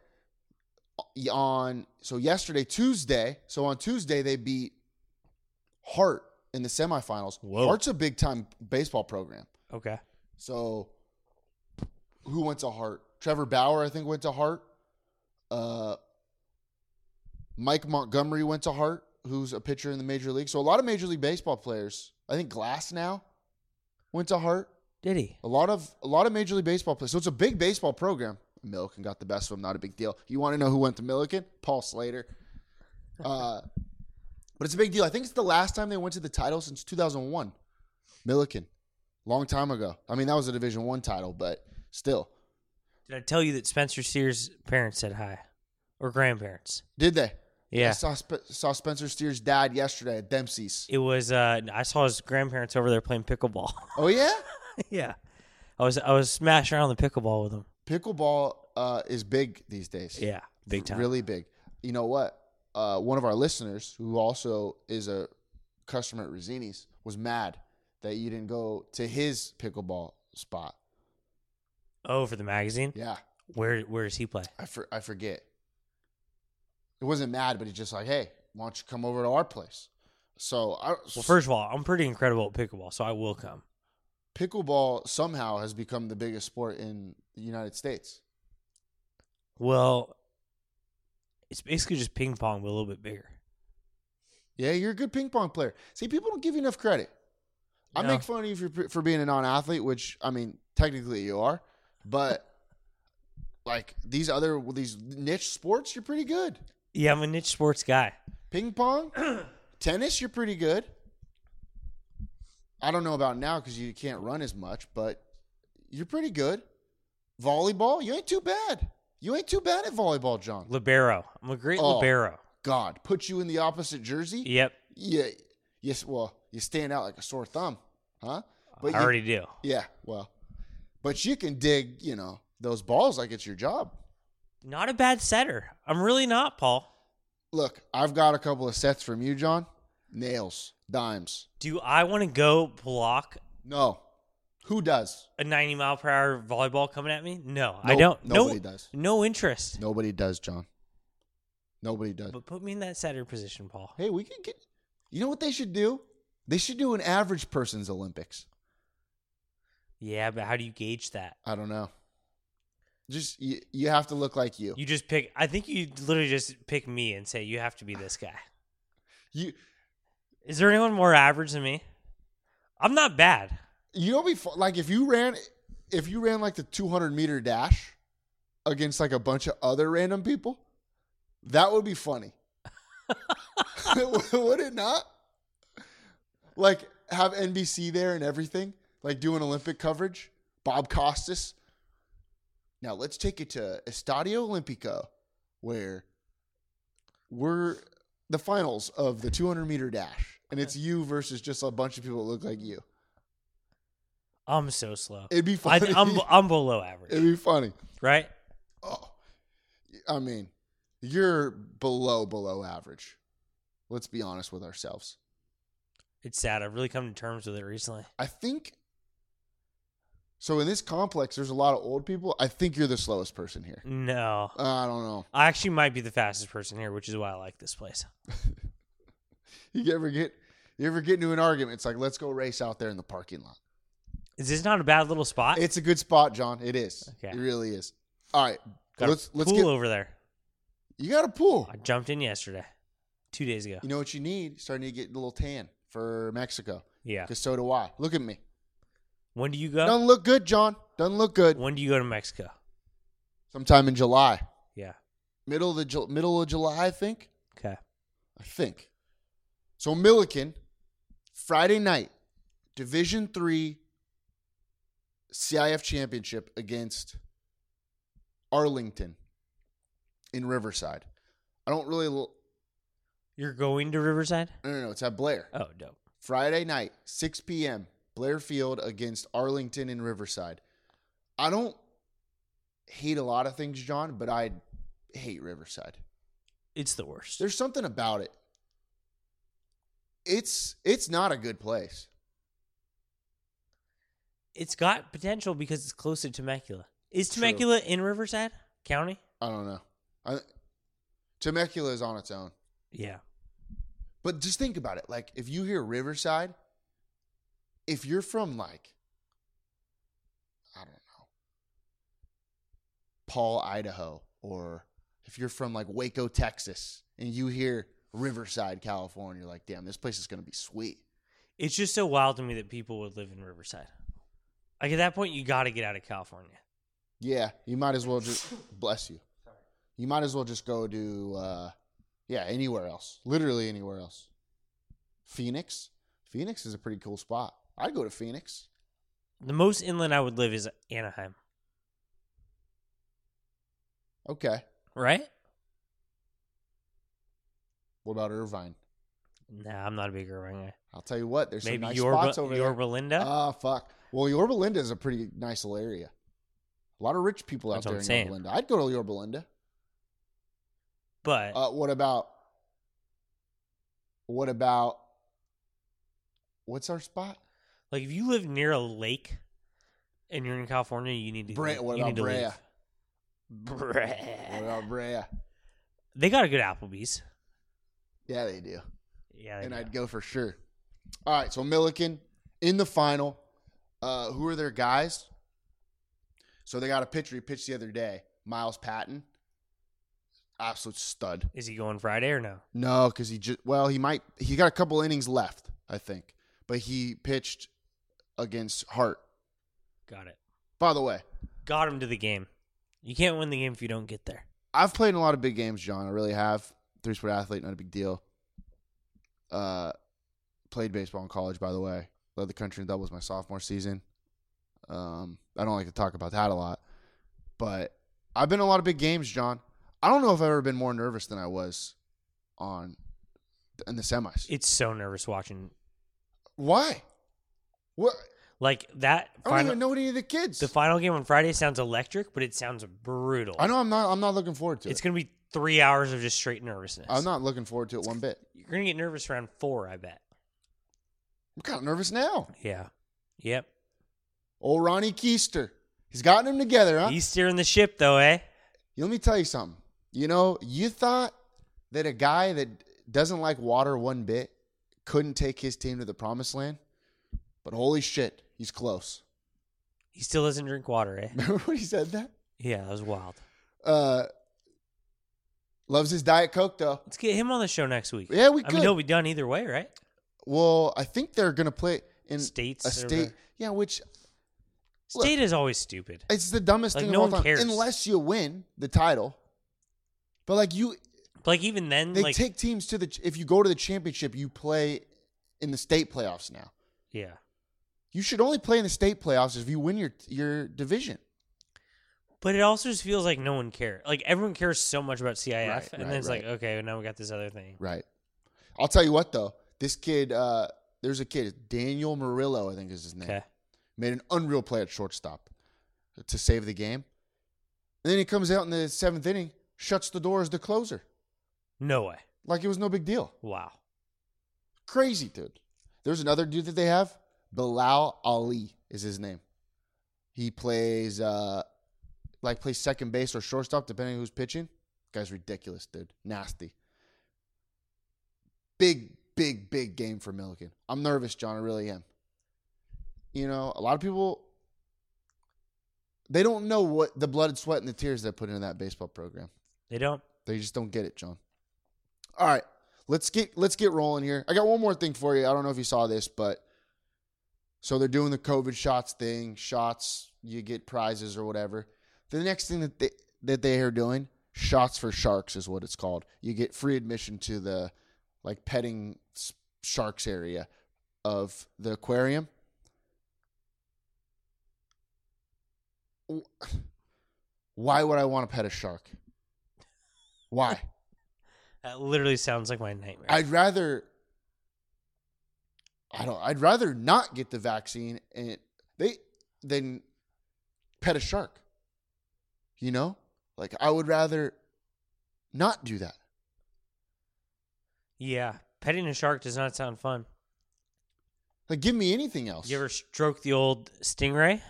Speaker 2: on so yesterday Tuesday, so on Tuesday they beat Hart in the semifinals.
Speaker 3: Whoa.
Speaker 2: Hart's a big time baseball program.
Speaker 3: Okay.
Speaker 2: So who went to Hart? Trevor Bauer, I think, went to Hart. Uh, Mike Montgomery went to Hart, who's a pitcher in the major league. So a lot of major league baseball players. I think Glass now went to Hart.
Speaker 3: Did he?
Speaker 2: A lot of a lot of Major League Baseball players. So it's a big baseball program. Milliken got the best of them. Not a big deal. You want to know who went to Milliken? Paul Slater. Uh, but it's a big deal. I think it's the last time they went to the title since 2001. Milliken, long time ago. I mean, that was a Division One title, but still,
Speaker 3: Did I tell you that Spencer Sears' parents said hi, or grandparents?
Speaker 2: did they? I
Speaker 3: Yeah.
Speaker 2: saw, Sp- saw Spencer Steer's dad yesterday at Dempsey's.
Speaker 3: It was. Uh, I saw his grandparents over there playing pickleball.
Speaker 2: Oh yeah,
Speaker 3: yeah. I was I was smashing around the pickleball with them.
Speaker 2: pickleball uh, is big these days.
Speaker 3: Yeah, big time.
Speaker 2: Really big. You know what? Uh, one of our listeners, who also is a customer at Rosini's, was mad that you didn't go to his pickleball spot.
Speaker 3: Oh, for the magazine.
Speaker 2: Yeah,
Speaker 3: Where Where does he play?
Speaker 2: I, for, I forget. It wasn't mad, but he's just like, hey, why don't you come over to our place? So, I,
Speaker 3: Well, first of all, I'm pretty incredible at pickleball, so I will come.
Speaker 2: pickleball somehow has become the biggest sport in the United States.
Speaker 3: Well, it's basically just ping pong, but a little bit bigger.
Speaker 2: Yeah, you're a good ping pong player. See, people don't give you enough credit. I
Speaker 3: No.
Speaker 2: make fun of you for, for being a non athlete, which I mean, technically you are, but like these other these niche sports, you're pretty good.
Speaker 3: Yeah, I'm a niche sports guy.
Speaker 2: Ping pong, tennis, you're pretty good. I don't know about now because you can't run as much, but you're pretty good. Volleyball, you ain't too bad. You ain't too bad at volleyball, John.
Speaker 3: Libero. I'm a great
Speaker 2: Oh.
Speaker 3: libero.
Speaker 2: God, put you in the opposite jersey.
Speaker 3: Yep,
Speaker 2: Yeah. Yes. Well, you stand out like a sore thumb, huh? But
Speaker 3: I
Speaker 2: you-
Speaker 3: already do.
Speaker 2: Yeah. Well, but you can dig, you know, those balls like it's your job.
Speaker 3: Not a bad setter. I'm really not, Paul.
Speaker 2: Look, I've got a couple of sets from you, John. Nails, dimes.
Speaker 3: Do I want to go block
Speaker 2: No. Who does?
Speaker 3: a 90 mile per hour volleyball coming at me? No, I
Speaker 2: Nope,
Speaker 3: don't.
Speaker 2: nobody
Speaker 3: no,
Speaker 2: does.
Speaker 3: No interest.
Speaker 2: Nobody does, John. Nobody does.
Speaker 3: But put me in that setter position, Paul.
Speaker 2: Hey, we can get. You know what they should do? They should do an average person's Olympics.
Speaker 3: Yeah, but how do you gauge that?
Speaker 2: I don't know. Just you, you have to look like you.
Speaker 3: You just pick. I think you literally just pick me and say you have to be this guy.
Speaker 2: You
Speaker 3: Is there anyone more average than me? I'm not bad.
Speaker 2: You know, before like if you ran, if you ran like the 200 meter dash against like a bunch of other random people, that would be funny. would it not? Like have NBC there and everything, like doing Olympic coverage. Bob Costas. Now let's take it to Estadio Olimpico, where we're the finals of the 200 meter dash, and it's you versus just a bunch of people that look like you.
Speaker 3: I'm so slow.
Speaker 2: It'd be
Speaker 3: I,
Speaker 2: funny.
Speaker 3: I'm I'm below
Speaker 2: It'd
Speaker 3: average,
Speaker 2: be funny.
Speaker 3: right?
Speaker 2: Oh, I mean, you're below below average. Let's be honest with ourselves.
Speaker 3: It's sad. I've really come to terms with it recently.
Speaker 2: I think. So in this complex, there's a lot of old people. I think you're the slowest person here.
Speaker 3: No,
Speaker 2: I don't know.
Speaker 3: I actually might be the fastest person here, which is why I like this place.
Speaker 2: You ever get you ever get into an argument? It's like let's go race out there in the parking lot.
Speaker 3: Is this not a bad little spot?
Speaker 2: It's a good spot, John. It is.
Speaker 3: Okay.
Speaker 2: It really is. All right.
Speaker 3: Got a
Speaker 2: let's let's
Speaker 3: pool
Speaker 2: get.
Speaker 3: over there.
Speaker 2: You got a pool.
Speaker 3: I jumped in yesterday, two days ago.
Speaker 2: You know what you need? Starting to get a little tan for Mexico.
Speaker 3: Yeah.
Speaker 2: Because so do I. Look at me.
Speaker 3: When do you go?
Speaker 2: Doesn't look good, John. Doesn't look good.
Speaker 3: When do you go to Mexico?
Speaker 2: Sometime in July,
Speaker 3: Yeah.
Speaker 2: middle of the Ju- middle of July, I think.
Speaker 3: Okay.
Speaker 2: I think. So Milliken, Friday night, Division Three CIF Championship against Arlington in Riverside. I don't really. l-
Speaker 3: You're going to Riverside?
Speaker 2: No, no, no. It's at Blair.
Speaker 3: Oh, dope.
Speaker 2: Friday night, 6 p.m., Blair Field against Arlington and Riverside. I don't hate a lot of things, John, but I hate Riverside.
Speaker 3: It's the worst.
Speaker 2: There's something about it. it's it's not a good place.
Speaker 3: It's got potential because it's close to Temecula. Is Temecula in Riverside County?
Speaker 2: I don't know. I, Temecula is on its own.
Speaker 3: Yeah.
Speaker 2: But just think about it. Like, if you hear Riverside, if you're from like, I don't know, Paul, Idaho, or if you're from like Waco, Texas, and you hear Riverside, California, you're like, damn, this place is going to be sweet.
Speaker 3: It's just so wild to me that people would live in Riverside. Like at that point, you got to get out of California.
Speaker 2: Yeah, you might as well just bless you. You might as well just go to uh, yeah anywhere else, literally anywhere else. Phoenix, Phoenix is a pretty cool spot. I'd go to Phoenix.
Speaker 3: The most inland I would live is Anaheim,
Speaker 2: Okay,
Speaker 3: right?
Speaker 2: what about Irvine?
Speaker 3: Nah, I'm not a big Irvine guy.
Speaker 2: I'll tell you what, there's
Speaker 3: Maybe
Speaker 2: some nice
Speaker 3: Yorba,
Speaker 2: spots over
Speaker 3: Yorba
Speaker 2: there.
Speaker 3: Linda.
Speaker 2: Ah, fuck. Well, Yorba Linda is a pretty nice little area. A lot of rich people out
Speaker 3: That's what
Speaker 2: there in
Speaker 3: I'm
Speaker 2: Yorba
Speaker 3: saying.
Speaker 2: Linda. I'd go to Yorba Linda.
Speaker 3: but
Speaker 2: Uh, what about? What about? What's our spot?
Speaker 3: like, if you live near a lake and you're in California, you need to.
Speaker 2: Brea.
Speaker 3: leave-
Speaker 2: What
Speaker 3: you
Speaker 2: about
Speaker 3: need to
Speaker 2: Brea?
Speaker 3: leave.
Speaker 2: What
Speaker 3: Brea.
Speaker 2: about Brea?
Speaker 3: They got a good Applebee's.
Speaker 2: Yeah, they do.
Speaker 3: Yeah, they
Speaker 2: and
Speaker 3: do.
Speaker 2: I'd go for sure. All right, so Milliken in the final. Uh, who are their guys? So they got a pitcher he pitched the other day, Miles Patton. Absolute stud.
Speaker 3: Is he going Friday or no?
Speaker 2: No, because he just well, he might he got a couple innings left, I think. But he pitched against Hart.
Speaker 3: Got it.
Speaker 2: By the way,
Speaker 3: Got him to the game. You can't win the game if you don't get there.
Speaker 2: I've played in a lot of big games, John. I really have. Three sport athlete, not a big deal. Uh, played baseball in college, by the way. Led the country in doubles my sophomore season. Um, I don't like to talk about that a lot, but I've been in a lot of big games, John. I don't know if I've ever been more nervous than I was on in the semis.
Speaker 3: It's so nervous watching
Speaker 2: Why? What?
Speaker 3: like that.
Speaker 2: I don't
Speaker 3: final-
Speaker 2: even know any of the kids.
Speaker 3: The final game on Friday sounds electric, but it sounds brutal.
Speaker 2: I know I'm not. I'm not looking forward to
Speaker 3: It's
Speaker 2: it.
Speaker 3: going to be three hours of just straight nervousness.
Speaker 2: I'm not looking forward to it one bit.
Speaker 3: You're going to get nervous around four, I bet.
Speaker 2: I'm kind of nervous now.
Speaker 3: Yeah. Yep.
Speaker 2: Old Ronnie Keister. He's gotten them together, huh?
Speaker 3: He's steering the ship, though, eh?
Speaker 2: Let me tell you something. You know, you thought that a guy that doesn't like water one bit couldn't take his team to the promised land, but holy shit, he's close.
Speaker 3: He still doesn't drink water, eh?
Speaker 2: Remember when he said that?
Speaker 3: Yeah, that was wild.
Speaker 2: Uh, loves his Diet Coke, though.
Speaker 3: Let's get him on the show next week.
Speaker 2: Yeah, we
Speaker 3: I mean,
Speaker 2: could.
Speaker 3: he'll be done either way, right?
Speaker 2: Well, I think they're going to play in
Speaker 3: States
Speaker 2: a
Speaker 3: or
Speaker 2: state.
Speaker 3: whatever.
Speaker 2: Yeah, which Look.
Speaker 3: State is always stupid.
Speaker 2: it's the dumbest
Speaker 3: Like,
Speaker 2: thing
Speaker 3: no
Speaker 2: of all time.
Speaker 3: one cares.
Speaker 2: Unless you win the title. But, like, you,
Speaker 3: Like, even then,
Speaker 2: They
Speaker 3: like,
Speaker 2: take teams to the. If you go to the championship, you play in the state playoffs now.
Speaker 3: yeah.
Speaker 2: You should only play in the state playoffs if you win your your division.
Speaker 3: But it also just feels like no one cares. Like, everyone cares so much about CIF.
Speaker 2: Right,
Speaker 3: and
Speaker 2: right,
Speaker 3: then it's
Speaker 2: right.
Speaker 3: like, okay, now we got this other thing.
Speaker 2: Right. I'll tell you what though. This kid, uh, there's a kid, Daniel Murillo, I think is his name,
Speaker 3: Okay.
Speaker 2: made an unreal play at shortstop to save the game. And then he comes out in the seventh inning, shuts the door as the closer,
Speaker 3: No way.
Speaker 2: like it was no big deal.
Speaker 3: Wow.
Speaker 2: Crazy dude. There's another dude that they have. Bilal Ali is his name. He plays uh like plays second base or shortstop, depending on who's pitching. Guy's ridiculous, dude. Nasty. Big, big, big game for Milliken. I'm nervous, John. I really am. You know, a lot of people they don't know what the blood and sweat and the tears that put into that baseball program.
Speaker 3: They don't.
Speaker 2: They just don't get it, John. All right, let's get let's get rolling here. I got one more thing for you. I don't know if you saw this, but so they're doing the COVID shots thing. Shots, you get prizes or whatever. The next thing that they that they are doing, shots for sharks is what it's called. You get free admission to the like petting s- sharks area of the aquarium. Why would I want to pet a shark? Why?
Speaker 3: That literally sounds like my nightmare.
Speaker 2: I'd rather I don't I'd rather not get the vaccine and they than pet a shark. You know? Like I would rather not do that.
Speaker 3: yeah, Petting a shark does not sound fun.
Speaker 2: Like, give me anything else.
Speaker 3: You ever stroke the old stingray? A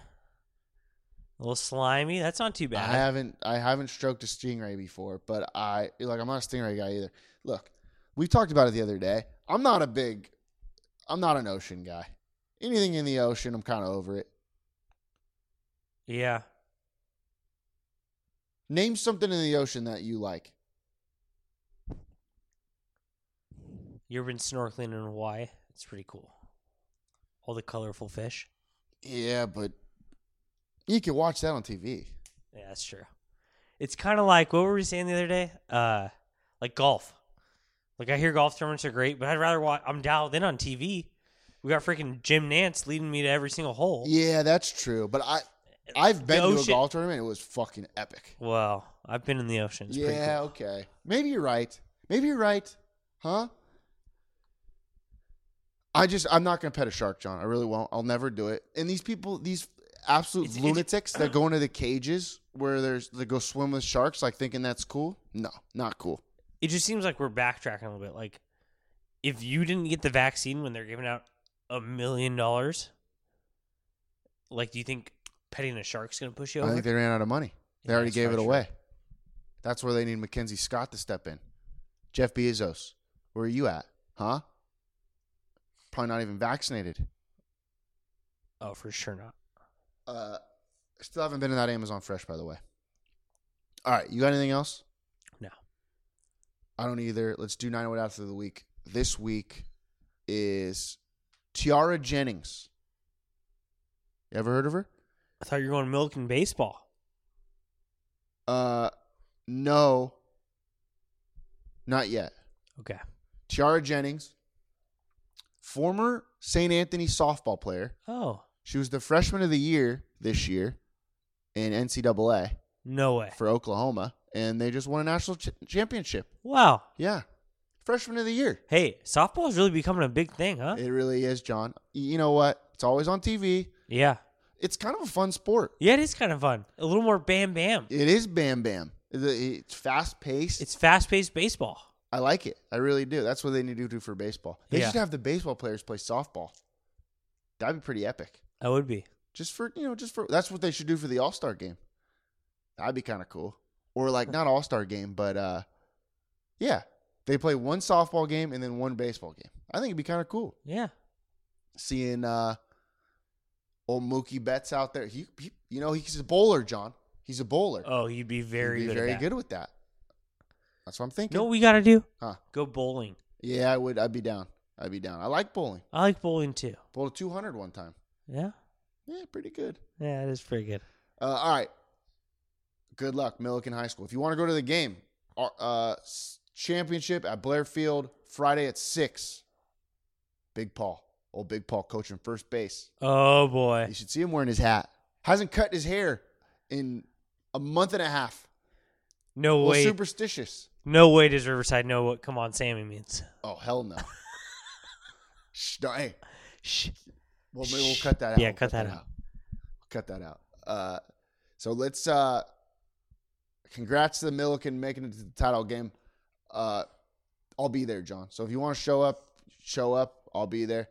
Speaker 3: little slimy. That's not too bad.
Speaker 2: I haven't I haven't stroked a stingray before, but I like I'm not a stingray guy either. Look, we talked about it the other day. I'm not a big I'm not an ocean guy. Anything in the ocean, I'm kind of over it.
Speaker 3: yeah.
Speaker 2: Name something in the ocean that you like.
Speaker 3: You ever been snorkeling in Hawaii? It's pretty cool. All the colorful fish.
Speaker 2: Yeah, but you can watch that on TV.
Speaker 3: Yeah, that's true. It's kind of like what were we saying the other day? Uh, like golf. Like I hear golf tournaments are great, but I'd rather watch. I'm dialed in on TV. We got freaking Jim Nance leading me to every single hole.
Speaker 2: Yeah, that's true. But
Speaker 3: Uh,
Speaker 2: I I've been to a
Speaker 3: ocean-
Speaker 2: golf tournament. It was fucking epic.
Speaker 3: Well, I've been in the ocean. It's pretty
Speaker 2: yeah,
Speaker 3: cool.
Speaker 2: okay. Maybe you're right. Maybe you're right. Huh? I just I'm not gonna pet a shark, John. I really won't. I'll never do it. And these people, these absolute
Speaker 3: It's- it's-
Speaker 2: lunatics that go into the cages where there's they go swim with sharks, like thinking that's cool. No, not cool.
Speaker 3: It just seems like we're backtracking a little bit. Like, if you didn't get the vaccine when they're giving out a million dollars, like, do you think petting a shark's going to push you
Speaker 2: I
Speaker 3: over?
Speaker 2: think they ran out of money. They
Speaker 3: Yeah,
Speaker 2: already
Speaker 3: that's
Speaker 2: gave it
Speaker 3: probably
Speaker 2: away. That's where they need Mackenzie Scott to step in. Jeff Bezos, where are you at? Huh? Probably not even vaccinated.
Speaker 3: oh, for sure not.
Speaker 2: Uh, still haven't been in that Amazon Fresh, by the way. All right, you got anything else?
Speaker 3: No.
Speaker 2: I don't either. Let's do nine out after the week. This week is Tiara Jennings. You ever heard of her?
Speaker 3: I thought you were going milk and baseball.
Speaker 2: Uh, no. Not yet.
Speaker 3: Okay.
Speaker 2: Tiara Jennings, former St. Anthony softball player.
Speaker 3: Oh,
Speaker 2: She was the freshman of the year this year in NCAA.
Speaker 3: no way.
Speaker 2: for Oklahoma, and they just won a national ch- championship.
Speaker 3: Wow.
Speaker 2: Yeah, freshman of the year.
Speaker 3: Hey, softball's really becoming a big thing, huh?
Speaker 2: It really is, John. Y- You know what? It's always on TV.
Speaker 3: yeah.
Speaker 2: It's kind of a fun sport.
Speaker 3: Yeah, it is kind of fun. A little more bam bam.
Speaker 2: It is Bam Bam. The- It's fast paced.
Speaker 3: It's fast paced baseball.
Speaker 2: I like it. I really do. That's what they need to do for baseball. They
Speaker 3: Yeah.
Speaker 2: should have the baseball players play softball. That'd be pretty epic.
Speaker 3: That would be.
Speaker 2: Just for you know, just for that's what they should do for the All Star game. That'd be kind of cool. Or like not All Star game, but uh, yeah, they play one softball game and then one baseball game. I think it'd be kind of cool
Speaker 3: Yeah.
Speaker 2: seeing uh old Mookie Betts out there. He, he you know he's a bowler, John. He's a bowler.
Speaker 3: Oh, you'd be very
Speaker 2: He'd be
Speaker 3: good. at
Speaker 2: very
Speaker 3: that.
Speaker 2: good with that. That's what I'm thinking.
Speaker 3: You know what we got to do?
Speaker 2: Huh.
Speaker 3: Go bowling.
Speaker 2: Yeah, I would. I'd be down. I'd be down. I like bowling.
Speaker 3: I like bowling too.
Speaker 2: Bowled a 200 one time.
Speaker 3: Yeah.
Speaker 2: Yeah, pretty good.
Speaker 3: Yeah, it is pretty good.
Speaker 2: Uh, all right. Good luck, Milliken High School. If you want to go to the game, our, uh, s- championship at Blair Field Friday at six. Big Paul, old Big Paul, coaching first base.
Speaker 3: Oh
Speaker 2: You
Speaker 3: boy.
Speaker 2: should see him wearing his hat. Hasn't cut his hair in a month and a half.
Speaker 3: No
Speaker 2: A
Speaker 3: way.
Speaker 2: little superstitious.
Speaker 3: no way does Riverside know what "Come on, Sammy" means.
Speaker 2: Oh hell no. Shh, no, hey,
Speaker 3: Shh.
Speaker 2: Well, maybe we'll
Speaker 3: Shh.
Speaker 2: cut that out.
Speaker 3: Yeah,
Speaker 2: We'll
Speaker 3: cut that out.
Speaker 2: We'll cut that out. Uh, so let's. Uh, congrats to the Milliken making it to the title game. Uh, I'll be there, John. So if you want to show up, show up. I'll be there.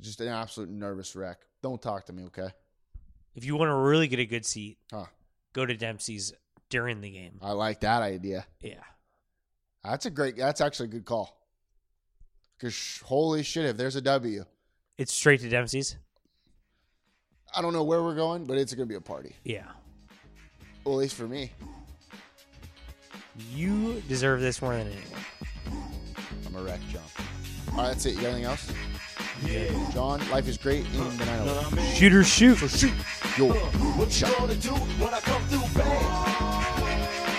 Speaker 2: Just an absolute nervous wreck. Don't talk to me, okay?
Speaker 3: If you want to really get a good seat,
Speaker 2: Huh.
Speaker 3: go to Dempsey's during the game.
Speaker 2: I like that idea.
Speaker 3: Yeah.
Speaker 2: That's a great. That's actually a good call. Cause sh- holy shit, if there's a W,
Speaker 3: It's straight to Dempsey's.
Speaker 2: I don't know where we're going, but it's gonna be a party.
Speaker 3: Yeah.
Speaker 2: Well, at least for me.
Speaker 3: You deserve this more than anyone.
Speaker 2: I'm a wreck, John. All right, that's it. You got anything else? John, life is great in the oh 9
Speaker 3: Shooter, shoot.
Speaker 2: So shoot your shot.
Speaker 4: gonna do when I come through, babe?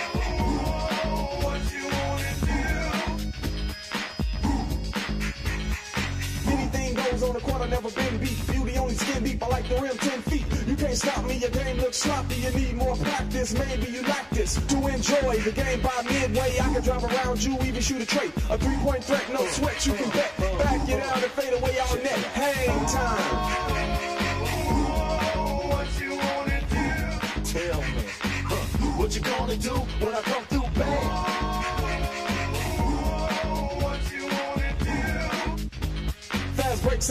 Speaker 5: Anything goes on the court, I never been beat. Beauty only skin deep, I like the rim 10 feet. You can't stop me, your game looks sloppy. You need more practice, maybe you like this. To enjoy the game by midway, I can drive around you, even shoot a trait. A three point threat, no sweat, you can bet. Back it out and fade away all net. Hang time.
Speaker 4: Tell me, huh, what you gonna do when I come through, babe? What you wanna do?
Speaker 5: kicks,